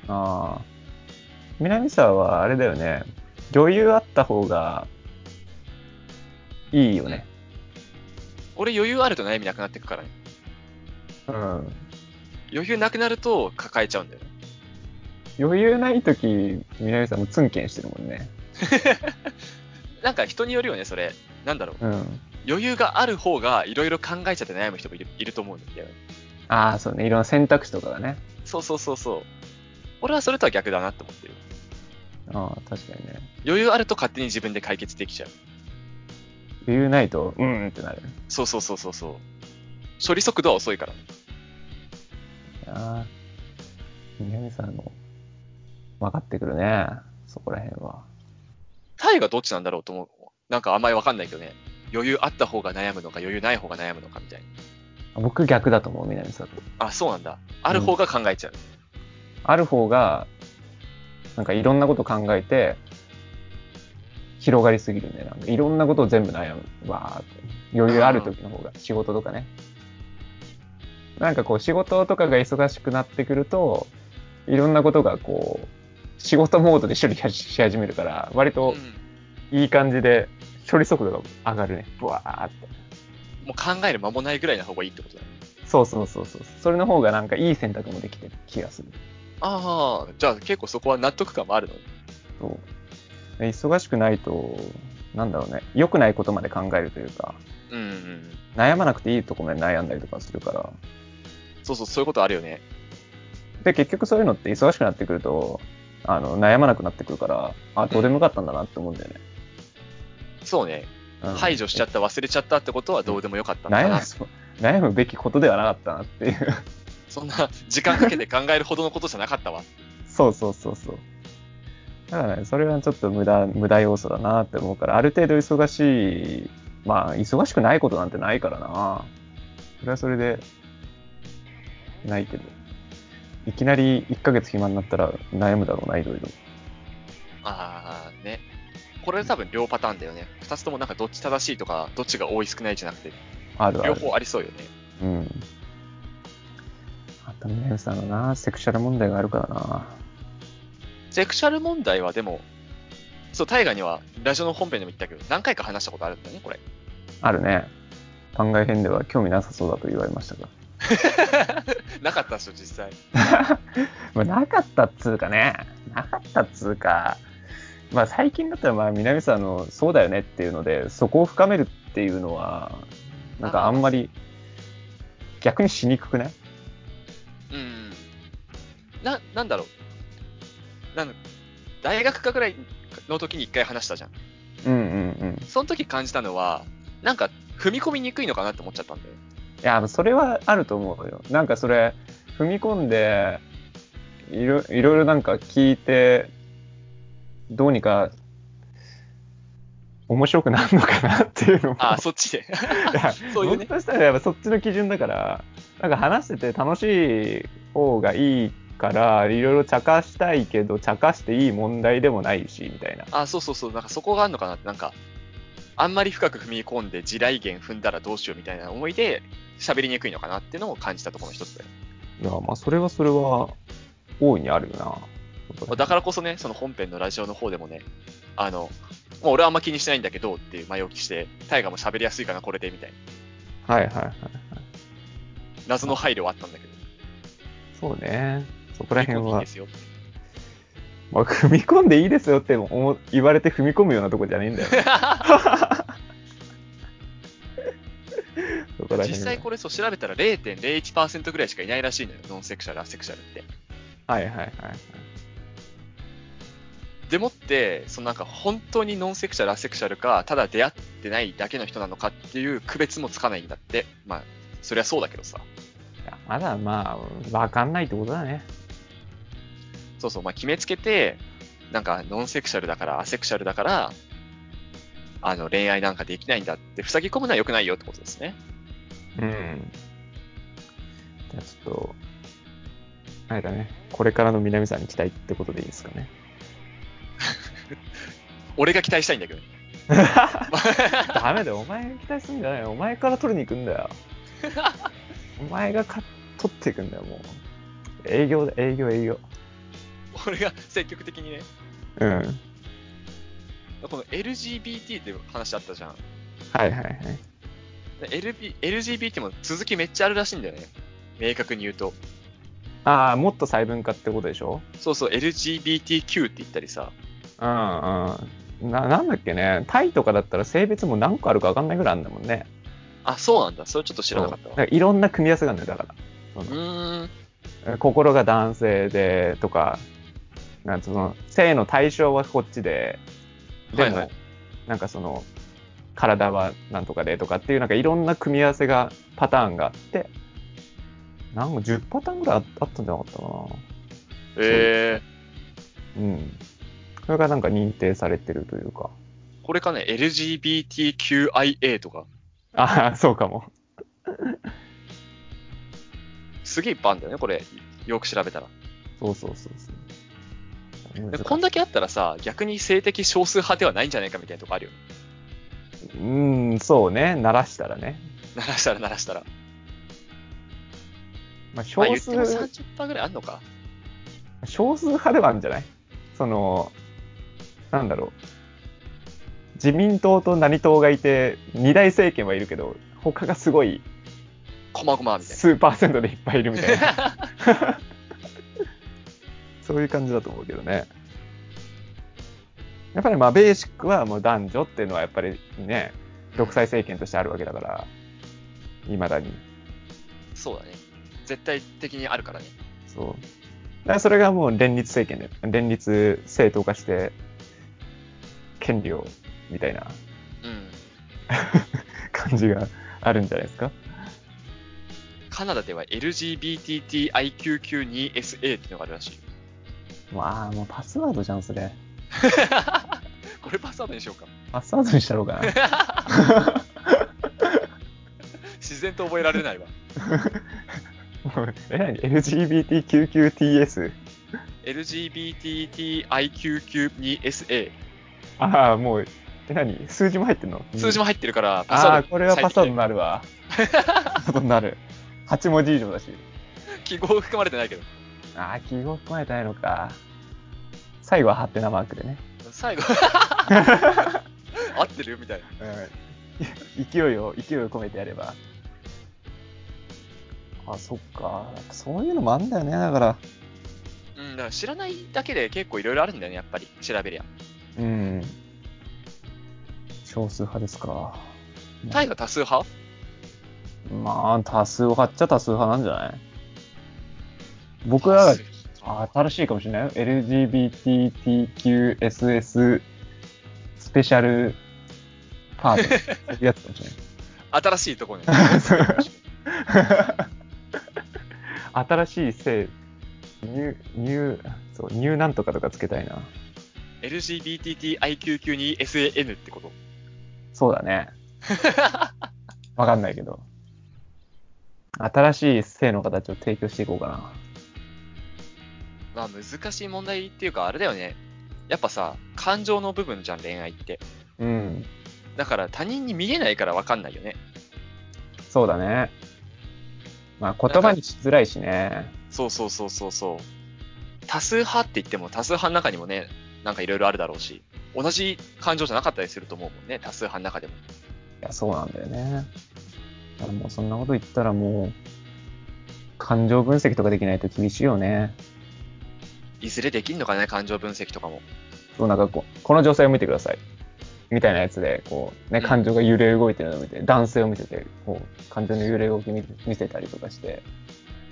ああ。南沢はあれだよね。余裕あった方がいいよね。
俺余裕あると悩みなくなってくからね。
うん。
余裕なくなると抱えちゃうんだよね。
余裕ないとき、南沢もツンケンしてるもんね。
なんか人によるよね、それ。なんだろう。
うん。
余裕がある方がいろいろ考えちゃって悩む人もいるいると思うんだよね。
ああ、そうね。いろんな選択肢とかがね。
そうそうそうそう。俺はそれとは逆だなって思ってる。
ああ、確かにね。
余裕あると勝手に自分で解決できちゃう。
余裕ないと、うんってなる。
そうそうそうそうそう。処理速度は遅いから。
ああ。南沢の、分かってくるね。そこら辺は。
タイがどっちなんだろうと思う。なんかあんまりわかんないけどね。余裕あった方が悩むのか、余裕ない方が悩むのかみたいな。
僕逆だと思う、南沢と。
あ、そうなんだ。ある方が考えちゃう。
ある方が、なんかいろんなこと考えて、広がりすぎるんだよな。いろんなことを全部悩む。わーって。余裕ある時の方が、仕事とかね。なんかこう、仕事とかが忙しくなってくると、いろんなことがこう、仕事モードで処理しし始めるから、割と
うん
いい感じで処理速度が上がるね。ブワーって。
もう考える間もないぐらいの方がいいってことだね。
そうそうそうそう。それの方がなんかいい選択もできてる気がする。
ああ、じゃあ結構そこは納得感もあるのね。
そう。で忙しくないと、なんだろうね、良くないことまで考えるというか、
うんうんうん。
悩まなくていいとこまで悩んだりとかするから。
そうそう、そういうことあるよね。
で、結局そういうのって忙しくなってくると、あの、悩まなくなってくるから、あ、どうでもよかったんだなって思うんだよね。
そうね。
うん
排除しちゃった、忘れちゃったってことはどうでもよかったんだ
悩
な
む。 そう悩むべきことではなかったなっていう。
そんな時間かけて考えるほどのことじゃなかったわ。
そうそうそうそう。だからね、それはちょっと無駄、無駄要素だなって思うから、ある程度忙しいまあ、忙しくないことなんてないからな。それはそれで、ないけど。いきなり1ヶ月暇になったら悩むだろうな、いろいろ。
あーね。これ多分両パターンだよね。二つともなんかどっち正しいとか、どっちが多い少ないじゃなくて、
あるある。
両方ありそうよね。
うん。あとね、さんな、セクシャル問題があるからな。
セクシャル問題はでも、そう、大河にはラジオの本編でも言ったけど、何回か話したことあるんだよね、これ。
あるね。番外編では興味なさそうだと言われましたが。
なかったでしょ、実際。
まあ、なかったっつうかね。なかったっつうか。まあ、最近だったら、まあ、南さんの、そうだよねっていうので、そこを深めるっていうのは、なんかあんまり、逆にしにくくない
うん。な、なんだろう。なん大学かぐらいの時に一回話したじゃん。
うんうんうん。
その時感じたのは、なんか踏み込みにくいのかなって思っちゃったんだよ。
いや、それはあると思うよ。なんかそれ、踏み込んで、いろいろいろなんか聞いて、どうにか、面白くなるのかなっていうのも。
ああ、そっちで。
いや
そういうね
僕としたらやっぱそっちの基準だから、なんか話してて楽しい方がいいから、いろいろ茶化したいけど、茶化していい問題でもないし、みたいな。
あ、そうそうそう、なんかそこがあるのかなって、なんか、あんまり深く踏み込んで地雷原踏んだらどうしようみたいな思いで喋りにくいのかなっていうのを感じたところの一つだよ。
いや、まあそれはそれは、大いにあるよな。
だからこそね、その本編のラジオの方でもね、あの、もう俺はあんま気にしないんだけどっていう前置きして、タイガーも喋りやすいかな、これでみたいな。
ら、はいはいはい。
謎の配慮はあったんだけど。
そうね。そこら辺
いい
は
で、すよ。
まあ、踏み込んでいいですよって思言われて踏み込むようなとこじゃねえんだよ。そこら辺は
実際これそう調べたら0.01%ぐらいしかいないらしいのよ。ノンセクシャル、アセクシャルって。
はいはいはいはい。
でもって、そのなんか本当にノンセクシャル、アセクシャルか、ただ出会ってないだけの人なのかっていう区別もつかないんだって。まあ、そりゃそうだけどさ。
いやまだまあ、わかんないってことだね。
そうそう、まあ決めつけて、なんかノンセクシャルだから、アセクシャルだから、あの恋愛なんかできないんだって、塞ぎ込むのは良くないよってことですね。
うん。じゃあちょっと、あれだね、これからの南さんに期待ってことでいいですかね。
俺が期待したいんだけどね。
ダメだよ、お前が期待するんじゃないよ。お前から取りに行くんだ よ。お前がか取っていくんだよ、もう。営業だ、営業、営業。
俺が積極的にね、
うん。はい
この LGBT っていう話あったじゃん。
はいはい。
で LB LGBT も続きめっちゃあるらしいんだよね。明確に言うと。
ああ、もっと細分化ってことでしょ
そうそう、LGBTQ って言ったりさ。
うんうん。な、なんだっけね、タイとかだったら性別も何個あるか分かんないぐらいあるんだもんね。
あ、そうなんだ。それちょっと知らなかった
そう
わ。
だらいろんな組み合わせがあるんだよ、だから。
うーん。
心が男性でとか、なんかその性の対象はこっちで、でも、
はいはい
なんかその体はなんとかでとかっていうなんかいろんな組み合わせがパターンがあって、なんか10パターンぐらいああったんじゃなかったかな。
え
うん。それがなんか認定されてるというか。
ー、これかね、LGBTQIA とか、
ああ、そうかも。
すげえいっぱいあるんだよね、これ。よく調べたら。
そうそうそうそう。
でこんだけあったらさ、逆に性的少数派ではないんじゃないかみたいなとこあるよ。
うん、そうね。鳴らしたらね。
鳴らしたら鳴らしたら。
まあ、
まあ
少
言って
数、
も30%ぐらいあんのか。
少数派ではあるんじゃないその、なんだろう。自民党と何党がいて、二大政権はいるけど、他がすごい
こまごまみたい
数パーセントでいっぱいいるみた いな、
な。
そういう感じだと思うけどね。やっぱりまあ、ベーシックはもう男女っていうのはやっぱりね、独裁政権としてあるわけだから、いまだに。
そうだね。絶対的にあるからね。
そう。だからそれがもう連立政権で、連立政党化して、権利を、みたいな
うん。
感じがあるんじゃないですか。
カナダでは LGBTIQQ2SA っていうのがあるらしい。
まあ、もうパスワードじゃん、それ。
これパスワードにしようか。
パスワードにしたろうかな。
然と覚えられないわ。
もう え、何 ?LGBTQQTS?
LGBTTIQQ2SA。
ああ、もう、え、何数字も入ってんの
数字
も
も入ってるから、パス
あ
ワー
あ、
ド
これはパスワードに
最適
なるわ。パスワードになる。8文字以上だし。
記号含まれてないけど。
ああ、記号含まれてないのか。最後はハテナマークで ね。
最後、 合ってるよみたいな。
うん、勢いを勢いを込めてやればあそっかやっぱそういうのもあんだよねだから
うん、だから知らないだけで結構いろいろあるんだよね、やっぱり。調べりゃ。
うん少数派ですか
タイが多数派
まあ多数派っちゃ多数派なんじゃない僕は
多数
あ新しいかもしれないよ LGBTQSS スペシャルパーティーってやつかもしれない
新しいとこ に。
新しい性、ニュー、ニュー、そう、ニューなんとかとかつけたいな。
LGBTTIQQ2SAN ってこと。
そうだね。わかんないけど。新しい性の形を提供していこうかな。
まあ難しい問題っていうか、あれだよね。やっぱさ、感情の部分じゃん、恋愛って。
うん。
だから他人に見えないから分かんないよね。
そうだね。まあ言葉にしづらいしね。
そうそうそうそうそう。多数派って言っても多数派の中にもね、なんかいろいろあるだろうし、同じ感情じゃなかったりすると思うもんね、多数派の中でも。
いや、そうなんだよね。だからもうそんなこと言ったらもう、感情分析とかできないと厳しいよね。
いずれできんのかね、感情分析とかも。
そうなんかこうこの女性を見てくださいみたいなやつでこう、ね、
うん
感情が揺れ動いてるのを見て男性を見せてこう感情の揺れ動き見見せたりとかして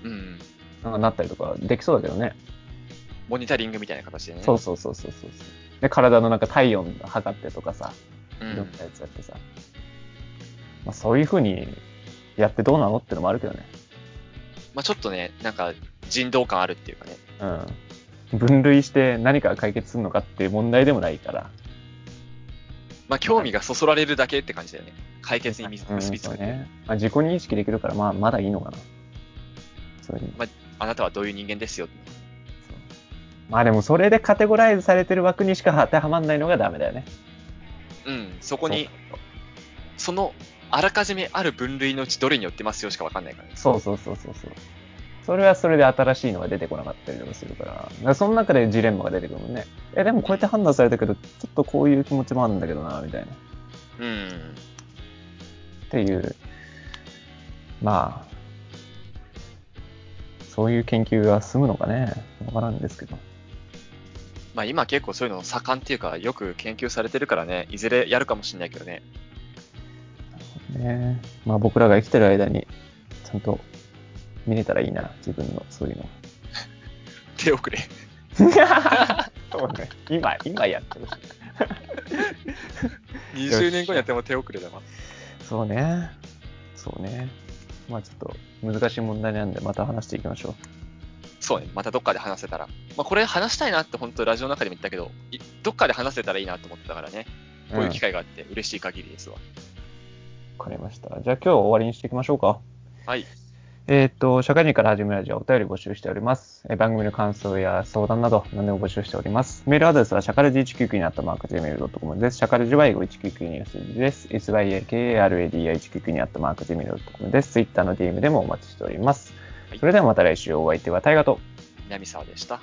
うん。
なんかなったりとかできそうだけどね
モニタリングみたいな形でね。
そうそうそうそうそうで体のなんか体温測ってとかさ
う
いろん
ん
なやつやってさ、まあ、そういうふうにやってどうなのってのもあるけどね
まあちょっとね、なんか人道感あるっていうかね。
うん分類して何か解決するのかっていう問題でもないから
まあ興味がそそられるだけって感じだよね。解決にみ
うん
結びつ
そ
く
う。ね、まあ、自己認識できるからまあまだいいのかなそういうの
あなたはどういう人間ですよ。
まあでもそれでカテゴライズされてる枠にしか当てはまんないのがダメだよね。
うん、そこに、その、あらかじめある分類のうちどれによってますよしか分かんないからね。
そうそうそうそうそう。それはそれで新しいのが出てこなかったりとかするから、だからその中でジレンマが出てくるもんね。え、でもこうやって判断されたけど、ちょっとこういう気持ちもあるんだけどな、みたいな。っ
うん。
ていう、まあ、そういう研究が進むのかね、わからんですけど。
まあ今結構そういうの盛んっていうか、よく研究されてるからね、いずれやるかもしれないけどね。
ねまあ僕らが生きてる間に、ちゃんと見れたらいいな、自分のそういう の。
手 遅れ。
そうね。今、今やってる。
20年後にやっても手遅れだわ。
そうね。そうね。まあちょっと難しい問題なんで、また話していきましょ
そうね、またどっかで話せたら。まあこれ話したいなって本当ラジオの中でも言ったけど、いどっかで話せたらいいなと思ってたからね、
う。
こういう機
ん
会があって嬉しい限りですわ。
わかりました。じゃあ今日は終わりにしていきましょうか。
はい。
えーっ、と、社会人から始めるラジオお便り募集しております。えー番組の感想や相談など何でも募集しております。メールアドレスはシャカルジ199にあったマーク Gmail.com です。シャカルジは英語199に数字です。SYAKARADI199 にあったマーク Gmail.com です。Twitter の DM でもお待ちしております
は。い
それではまた来週お相手は大河と
南沢でした。